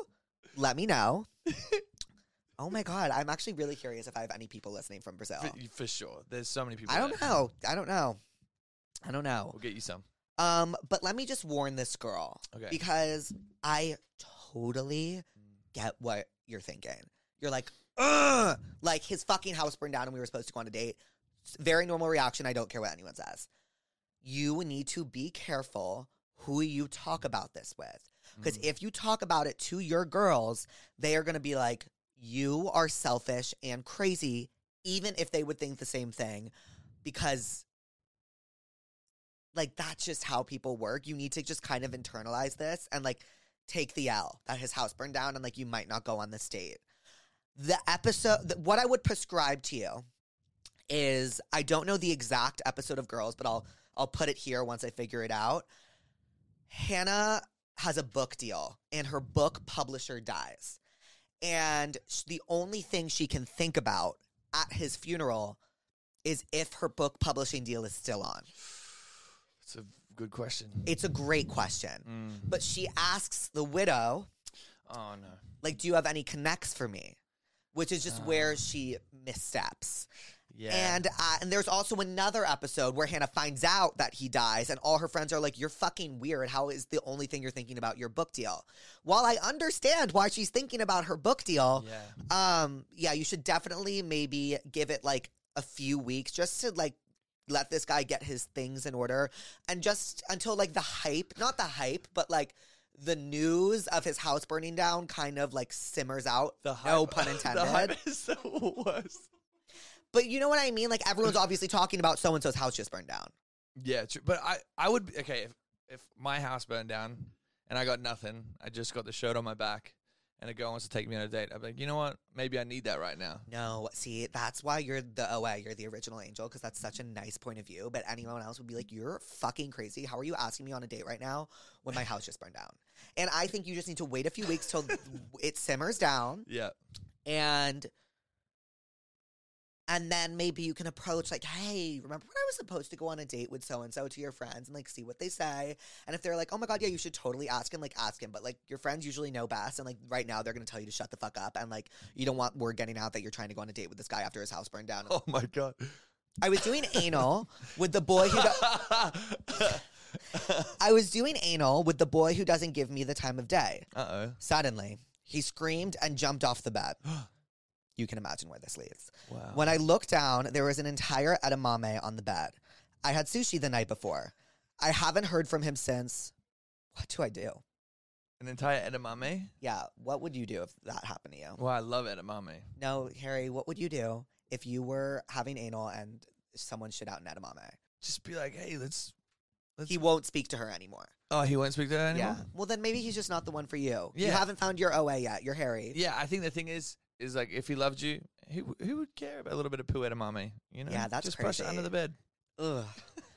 let me know. oh my god, I'm actually really curious if I have any people listening from Brazil.
for, for sure there's so many people
I don't
there.
know. I don't know. I don't know.
we'll get you some
Um, but let me just warn this girl
okay
because I totally get what you're thinking. You're like, Ugh! like his fucking house burned down and we were supposed to go on a date. It's a Very normal reaction. I don't care what anyone says. You need to be careful who you talk about this with. Because
Mm.
if you talk about it to your girls, they are going to be like, you are selfish and crazy, even if they would think the same thing. Because, like, that's just how people work. You need to just kind of internalize this and, like, take the L that his house burned down and, like, you might not go on this date. The episode, th- what I would prescribe to you is I don't know the exact episode of Girls, but I'll I'll put it here once I figure it out. Hannah has a book deal and her book publisher dies. And sh- the only thing she can think about at his funeral is if her book publishing deal is still on.
it's a good question Mm.
It's a great question. But she asks the widow,
Oh no.
like, do you have any connects for me? Which is just
Ah.
where she missteps.
Yeah.
And uh, and there's also another episode where Hannah finds out that he dies, and all her friends are like, "You're fucking weird. How is the only thing you're thinking about your book deal?" While I understand why she's thinking about her book deal,
yeah.
um, yeah, you should definitely maybe give it like a few weeks just to like let this guy get his things in order, and just until like the hype, not the hype, but like the news of his house burning down kind of like simmers out.
The
no pun
the hype
intended.
is the worst.
But you know what I mean? Like everyone's obviously talking about so and so's house just burned down.
Yeah, true. But I, I would be- okay if if my house burned down and I got nothing. I just got the shirt on my back, and a girl wants to take me on a date. I'd be like, you know what? Maybe I need that right now.
No, see, that's why you're the OA. You're the original angel because that's such a nice point of view. But anyone else would be like, you're fucking crazy. How are you asking me on a date right now when my house just burned down? And I think you just need to wait a few weeks till it simmers down
Yeah,
and. And then maybe you can approach like, hey, remember when I was supposed to go on a date with so and so to your friends and like see what they say? And if they're like, oh my god, yeah, you should totally ask him, like ask him. But like your friends usually know best, and like right now they're gonna tell you to shut the fuck up, and like you don't want word getting out that you're trying to go on a date with this guy after his house burned down.
Oh my god.
I was doing anal with the boy who do- I was doing anal with the boy who doesn't give me the time of day.
uh
Suddenly, he screamed and jumped off the bed. You can imagine where this leads.
oh. Wow.
When I looked down, there was an entire edamame on the bed. I had sushi the night before. I haven't heard from him since. What do I do?
An entire edamame.
Yeah, what would you do if that happened to you?
Well, I love edamame.
No, Harry, what would you do if you were having anal and someone shit out an edamame?
Just be like, hey, let's. let's
He won't speak to her anymore.
oh, he won't speak to her anymore.
Yeah. Well, then maybe he's just not the one for you. You
Yeah.
haven't found your OA yet. You're Harry.
Yeah, I think the thing is, is like if he loved you, who who would care about a little bit of poo edamame? You know,
Yeah, that's
just brush it
crazy.
under the bed.
Ugh.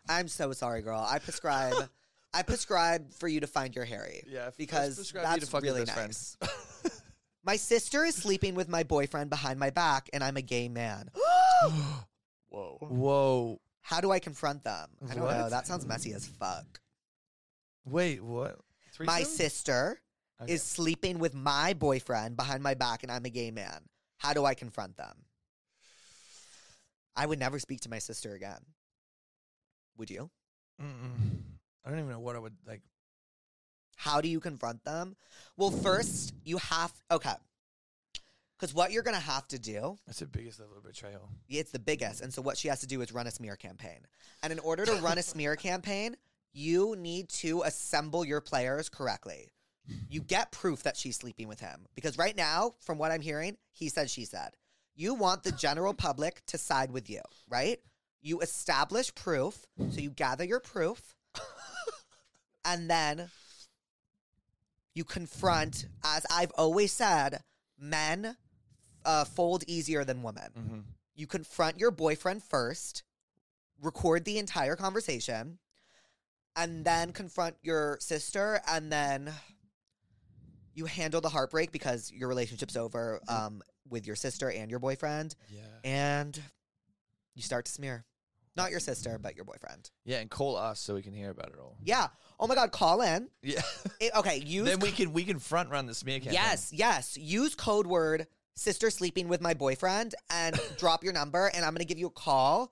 I'm so sorry, girl. I prescribe. I prescribe for you to find your Harry.
Yeah, if-
because
prescribe you to
that's
fuck your
really
best friend.
nice. My sister is sleeping with my boyfriend behind my back, and I'm a gay man.
Whoa. Whoa.
How do I confront them? I don't know.
What?
That sounds messy as fuck.
Wait, what?
My
Threesome?
sister
Okay.
is sleeping with my boyfriend behind my back, and I'm a gay man. How do I confront them? I would never speak to my sister again. Would you?
Mm-mm. I don't even know what I would like.
How do you confront them? Well, first, you have, okay. Because what you're going to have to do,
That's the biggest level of betrayal.
it's the biggest. And so what she has to do is run a smear campaign. And in order to run a smear campaign, you need to assemble your players correctly. You get proof that she's sleeping with him. Because right now, from what I'm hearing, he said, she said. You want the general public to side with you, right? You establish proof. So you gather your proof. and then you confront, as I've always said, men uh, fold easier than women
Mm-hmm.
you confront your boyfriend first, record the entire conversation, and then confront your sister, and then you handle the heartbreak because your relationship's over
Mm-hmm.
um, with your sister and your boyfriend,
Yeah.
and you start to smear. Not your sister, but your boyfriend.
yeah, and call us so we can hear about it all.
Yeah. Oh my God, call in.
Yeah.
It- okay, use.
then we can we can front run the smear campaign.
yes, yes. Use code word sister sleeping with my boyfriend and drop your number, and I'm going to give you a call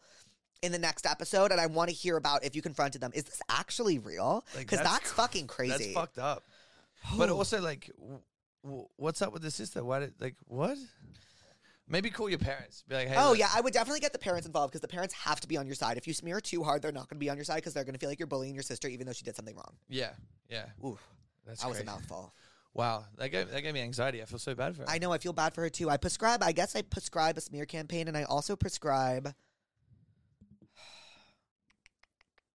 in the next episode, and I want to hear about if you confronted them. Is this actually real?
Like,
Because
that's
that's, fucking crazy.
That's fucked up. But also, like, w- w- what's up with the sister? Why did like what? Maybe call your parents. Be like, hey.
oh
look-
yeah, I would definitely get the parents involved because the parents have to be on your side. If you smear too hard, they're not going to be on your side because they're going to feel like you're bullying your sister, even though she did something wrong.
yeah, yeah.
Ooh,
That's
that was a
crazy.
mouthful.
Wow, that gave that gave me anxiety. I feel so bad for her.
I know. I feel bad for her too. I prescribe. I guess I prescribe a smear campaign, and I also prescribe.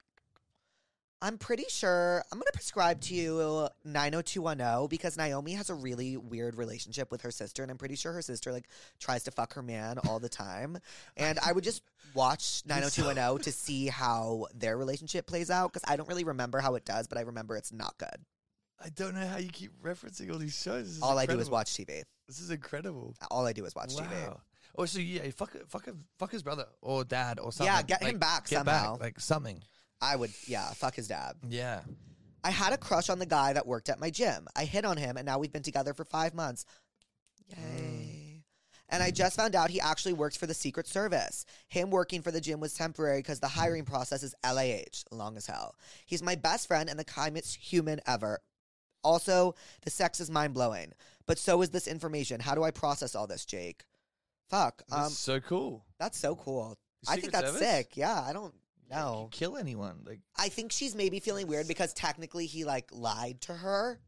I'm pretty sure I'm going to prescribe to you 90210 because Naomi has a really weird relationship with her sister and I'm pretty sure her sister like tries to fuck her man all the time. And I would just watch 90210 to see how their relationship plays out cuz I don't really remember how it does, but I remember it's not good.
I don't know how you keep referencing all these shows. This is
All I do is
incredible.
watch TV.
This is incredible.
All I do is watch
wow.
TV.
Oh, so yeah, fuck, fuck, fuck his brother or dad or something.
get him
Like,
back
get
somehow. Um,
Back, like something.
I would, yeah, fuck his dad.
Yeah.
I had a crush on the guy that worked at my gym. I hit on him, and now we've been together for five months. Yay. And I just found out he actually works for the Secret Service. Him working for the gym was temporary because the hiring process is LAH, long as hell. He's my best friend and the kindest human ever. Also, the sex is mind blowing, but so is this information. How do I process all this, Jake? Fuck.
That's
Um,
so cool.
that's so cool. I think
Secret
that's
Service?
sick. Yeah, I don't
You can
know.
kill anyone. Like
I think she's maybe feeling weird because technically he like lied to her,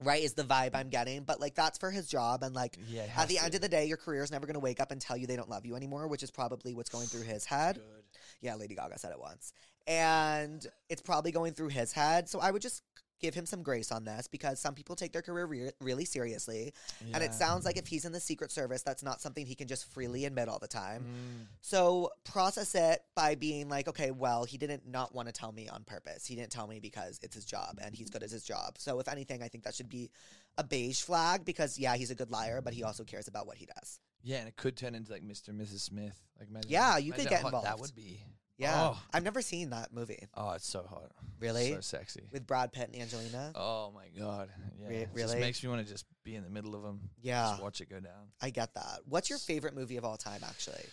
right? Is the vibe I'm getting. But like that's for his job and like
yeah.
at
it has
the
to.
end of the day, your career is never going to wake up and tell you they don't love you anymore, which is probably what's going through his head.
Good.
Yeah, Lady Gaga said it once. And it's probably going through his head. So I would just give him some grace on this because some people take their career re- really seriously. And
Yeah.
it sounds like if he's in the Secret Service, that's not something he can just freely admit all the time.
Mm.
So process it by being like, okay, well, he didn't not want to tell me on purpose. He didn't tell me because it's his job and
Mm-hmm.
he's good at his job. So if anything, I think that should be a beige flag because yeah, he's a good liar, but he also cares about what he does.
Yeah, and it could turn into like Mr. and Mrs. Smith. Like imagine,
Yeah, you could
imagine
get
how hot That
involved.
would be.
Yeah.
Oh.
I've never seen that movie.
Oh, it's so hot.
Really?
So sexy.
With Brad Pitt and Angelina.
Oh my god. Yeah.
Re-
it Just
really?
makes me want to just be in the middle of them.
Yeah.
Just watch it go down.
I get that. What's your favorite movie of all time actually?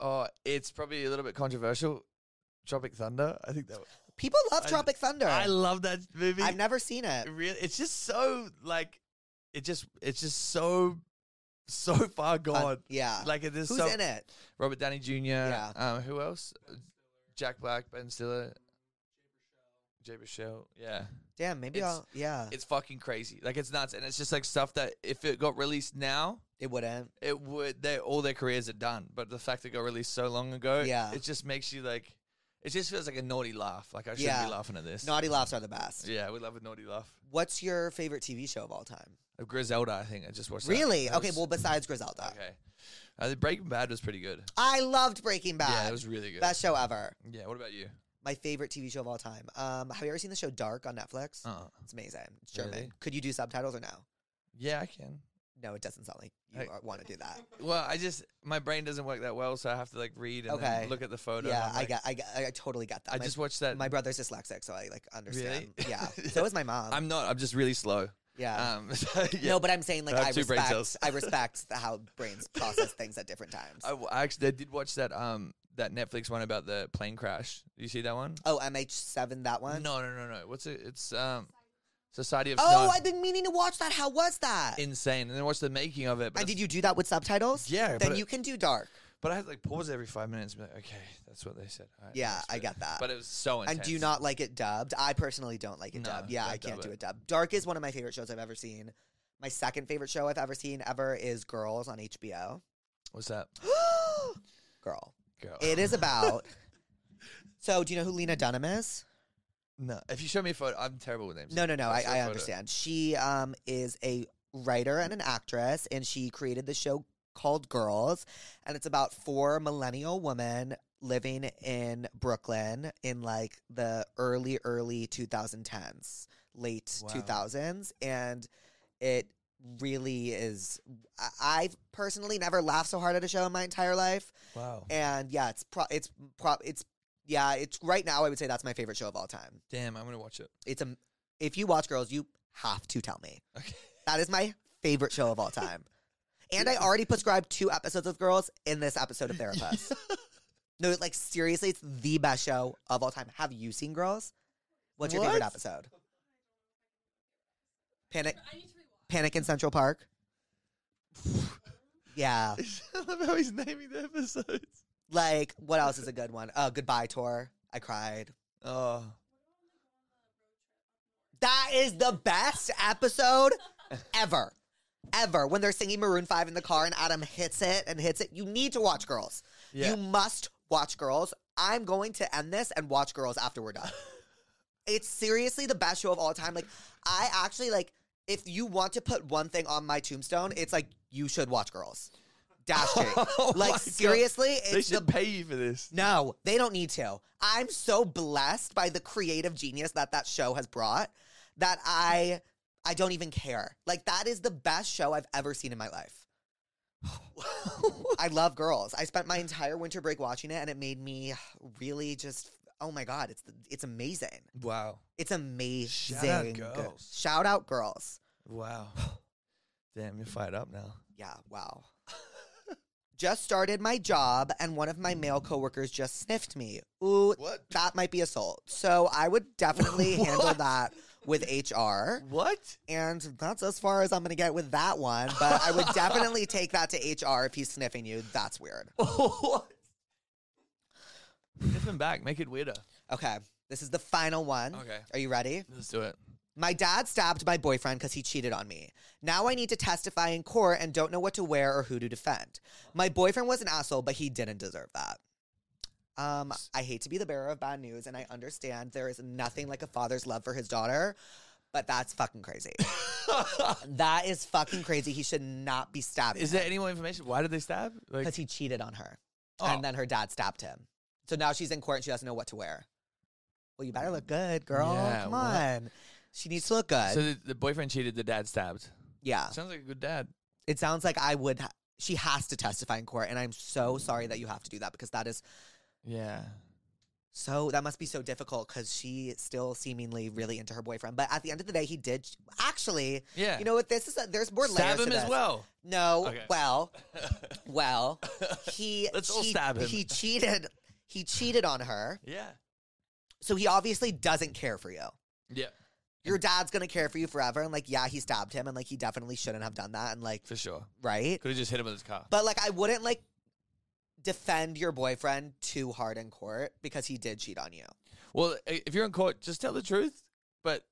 Oh, it's probably a little bit controversial. Tropic Thunder. I think that. w-
People love
I-
Tropic Thunder.
I
I
love that movie.
have never seen it.
It really, it's just so like, it just it's just so so far gone.
yeah.
Like it is
uh, Who's
so
in it?
Robert Downey Jr.
Yeah.
Um, who else? Jack Black, Ben Stiller, Jay Baruchel. Yeah,
Damn, maybe
It's-
I'll yeah.
it's fucking crazy. Like it's nuts, and it's just like stuff that if it got released now,
It wouldn't.
it would they all their careers are done. But the fact it got released so long ago,
Yeah.
it just makes you like, it just feels like a naughty laugh. Like I shouldn't
Yeah.
be laughing at this.
Naughty laughs are the best.
yeah, we love a naughty laugh.
What's your favorite TV show of all time?
Griselda, I think I just watched. that.
Really?
That
okay,
was-
well, besides Griselda.
okay. Uh, the Breaking Bad was pretty good.
I loved Breaking
Yeah,
Bad.
it was really good.
Best show ever.
yeah, what about you?
My favorite TV show of all time. Um, have you ever seen the show Dark on Netflix?
Uh,
It's amazing. It's German.
Really?
Could you do subtitles or no?
yeah, I can.
No, it doesn't sound like you
Hey.
want to do that.
Well, I just my brain doesn't work that well, so I have to like read and then
Okay.
look at the photo. and
yeah,
Oh, I'm
I
like-
get, I get, I totally get that.
I
my,
just watched that.
my brother's dyslexic, so I like understand.
Really?
Yeah.
Yeah.
So is my mom.
I'm not. I'm just really slow.
yeah.
Um, so, yeah.
No, but I'm saying like
I have
I,
two brain
respect.
cells.
I respect the- how brains process things at different times.
I, w- I actually I did watch that um that Netflix one about the plane crash. You see that one?
oh, MH7, that one.
No, no, no, no. What's it? It's um Society of
Oh,
Snow.
I've been meaning to watch that. How was that?
Insane. And then watch the making of it. But
and
it's-
did you do that with subtitles?
yeah,
Then
but,
you can do dark.
but I had to like pause every five minutes and be like, okay, that's what they said. All right,
Yeah,
that's
I
good.
get that.
But it was so intense.
and do you not like it dubbed? I personally don't like it
No,
dubbed. Yeah,
don't
I can't
dub
do
it.
it dubbed. Dark is one of my favorite shows I've ever seen. My second favorite show I've ever seen ever is Girls on HBO.
What's that?
Girl.
Girl.
It is about. so, do you know who Lena Dunham is?
No. If you show me a photo, I'm terrible with names.
No, no, no.
I'll
I,
show a
I
photo.
understand. She um, is a writer and an actress, and she created the show called Girls, and it's about four millennial women living in Brooklyn in like the early, early 2010s, late
Wow.
2000s, and it really is. I- I've personally never laughed so hard at a show in my entire life,
Wow.
and yeah, it's pro, it's pro, it's yeah, it's right now. I would say that's my favorite show of all time
Damn, I'm gonna watch it.
it's a if you watch girls you have to tell me
Okay.
that is my favorite show of all time and i already prescribed two episodes of girls in this episode of therapist no like seriously it's the best show of all time have you seen girls what's your favorite
What?
episode panic panic in central park yeah
I love how he's naming the episodes.
like what else is a good one uh goodbye tour i cried
Oh.
That is the best episode ever. Ever. When they're singing Maroon 5 in the car and Adam hits it and hits it. You need to watch Girls.
Yeah.
You must watch Girls. I'm going to end this and watch Girls after we're done. it's seriously the best show of all time. Like, I actually, like, if you want to put one thing on my tombstone, it's like, you should watch Girls. Dash Jake.
Oh my
like,
God.
seriously,
They
it's the
should pay you for this.
no, they don't need to. I'm so blessed by the creative genius that that show has brought that I I don't even care. Like that is the best show I've ever seen in my life. I love girls. I spent my entire winter break watching it and it made me really just oh my god, it's it's amazing.
Wow.
It's amazing.
Shout out girls.
Shout out girls.
Wow. Damn, you're fired up now.
Yeah, wow. just started my job, and one of my male coworkers just sniffed me. Ooh,
What?
that might be assault. So I would definitely handle
What?
that with HR.
What?
And that's as far as I'm going to get with that one. But I would definitely take that to HR if he's sniffing you. That's weird.
what? Sniff him back. Make it weirder.
Okay, this is the final one.
Okay.
Are you ready?
Let's do it.
My dad stabbed my boyfriend because he cheated on me. Now I need to testify in court and don't know what to wear or who to defend. My boyfriend was an asshole, but he didn't deserve that. Um, I hate to be the bearer of bad news, and I understand there is nothing like a father's love for his daughter, but that's fucking crazy. that is fucking crazy. He should not be stabbed
Is there any more information? Why did they stab? Like,
because he cheated on her,
Oh.
and then her dad stabbed him. So now she's in court and she doesn't know what to wear. Well, you better look good, girl.
Yeah,
Come
what?
on, she needs to look good.
so the, the boyfriend cheated. The dad stabbed.
yeah.
Sounds like a good dad.
it sounds like I would. Ha- she has to testify in court, and I'm so sorry that you have to do that because that is
Yeah.
so. That must be so difficult because she still seemingly really into her boyfriend. But at the end of the day, he did actually.
Yeah.
You know what? This is a, there's more
stab
layers
him
to
as
this.
well.
No,
Okay.
well, well, he
Let's all
he-
stab him.
He cheated. He cheated on her,
Yeah.
so he obviously doesn't care for you.
Yeah.
Your dad's gonna care for you forever, and like, yeah, he stabbed him, and like, he definitely shouldn't have done that, and like,
For sure.
right?
Could have just hit him with his car.
But like, I wouldn't like defend your boyfriend too hard in court because he did cheat on you.
Well, i- if you're in court, just tell the truth. But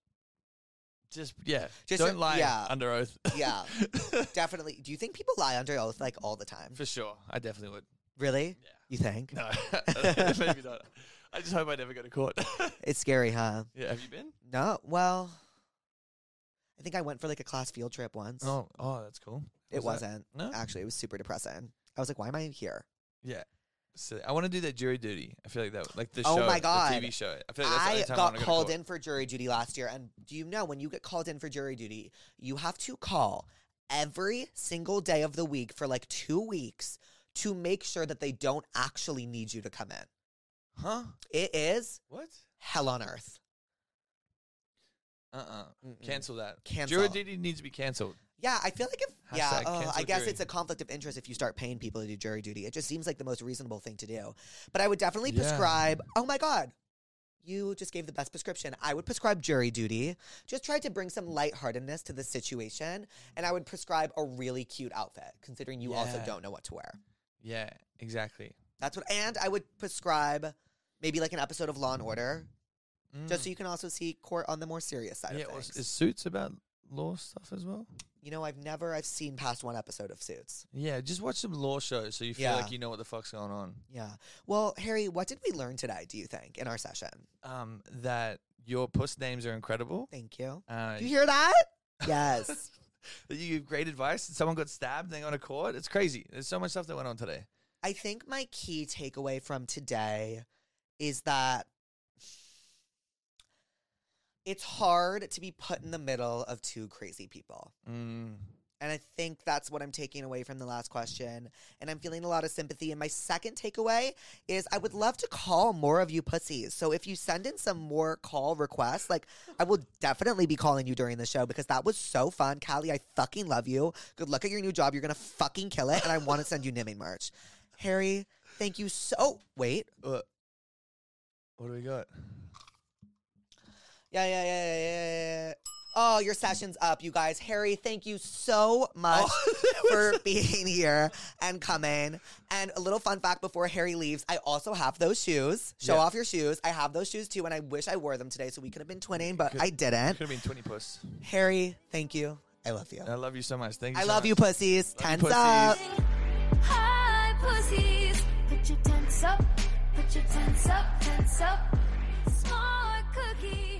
just yeah,
Just-
don't lie
yeah.
under oath.
Yeah, definitely. Do you think people lie under oath like all the time?
For sure, I definitely would.
Really?
Yeah.
You think?
No, maybe not. I just hope I never go to court.
It's scary, huh?
yeah, have you been?
No. Well, I think I went for like a class field trip once.
Oh, oh, that's cool.
it
was that-
wasn't.
No.
Actually, it was super depressing. I was like, why am I here?
Yeah. So I want to do that jury duty. I feel like that, like the
Oh
show,
my
the
God.
TV show. I feel like that's the
I
only time
got
wanna go to
called
court.
in for jury duty last year, and do you know when you get called in for jury duty, you have to call every single day of the week for like two weeks to make sure that they don't actually need you to come in.
Huh?
It is
What?
hell on earth.
Uh uh
Mm-mm.
Cancel that.
Mm. Cancel.
Jury duty needs to be canceled.
Yeah, I feel like if yeah,
Hashtag
uh,
cancel
I guess
jury.
it's a conflict of interest if you start paying people to do jury duty. It just seems like the most reasonable thing to do. But I would definitely
Yeah.
prescribe. Oh my god. You just gave the best prescription. I would prescribe jury duty. Just try to bring some lightheartedness to the situation. And I would prescribe a really cute outfit, considering you also
Yeah.
don't know what to wear.
Yeah, exactly.
That's what, and I would prescribe maybe like an episode of Law and Order, just so you can also see court on the more serious side
Mm. yeah,
of
or
things.
s- is suits about law stuff as well?
you know, I've never, I've seen past one episode of Suits.
Yeah, just watch some law shows so you feel
Yeah.
like you know what the fuck's going on.
Yeah. Well, Harry, what did we learn today, do you think, in our session?
Um, that your puss names are incredible.
Thank you.
Uh,
Do you hear that? Yes.
that you give great advice. and Someone got stabbed and they got a court. It's crazy. There's so much stuff that went on today.
I think my key takeaway from today is that it's hard to be put in the middle of two crazy people.
Mm.
And I think that's what I'm taking away from the last question. And I'm feeling a lot of sympathy. And my second takeaway is I would love to call more of you pussies. So if you send in some more call requests, like I will definitely be calling you during the show because that was so fun. Callie, I fucking love you. Good luck at your new job. You're going to fucking kill it. And I want to send you Nimming merch. Harry, thank you so. Oh, wait.
What? Uh, What do we got?
Yeah, yeah, yeah, yeah, yeah, yeah. Oh, your session's up, you guys. Harry, thank you so much
Oh,
for being here and coming. And a little fun fact before Harry leaves, I also have those shoes. Show
Yeah.
off your shoes. I have those shoes too, and I wish I wore them today so we could have been twinning, but I didn't.
Could have been twenty puss.
Harry, thank you. I love you.
I love you so much. Thank you.
I
so
love
much.
you, pussies.
Love you,
Tens up.
Hi, pussies. Put your tents up. Put your tents up. Tents up. Smart cookies.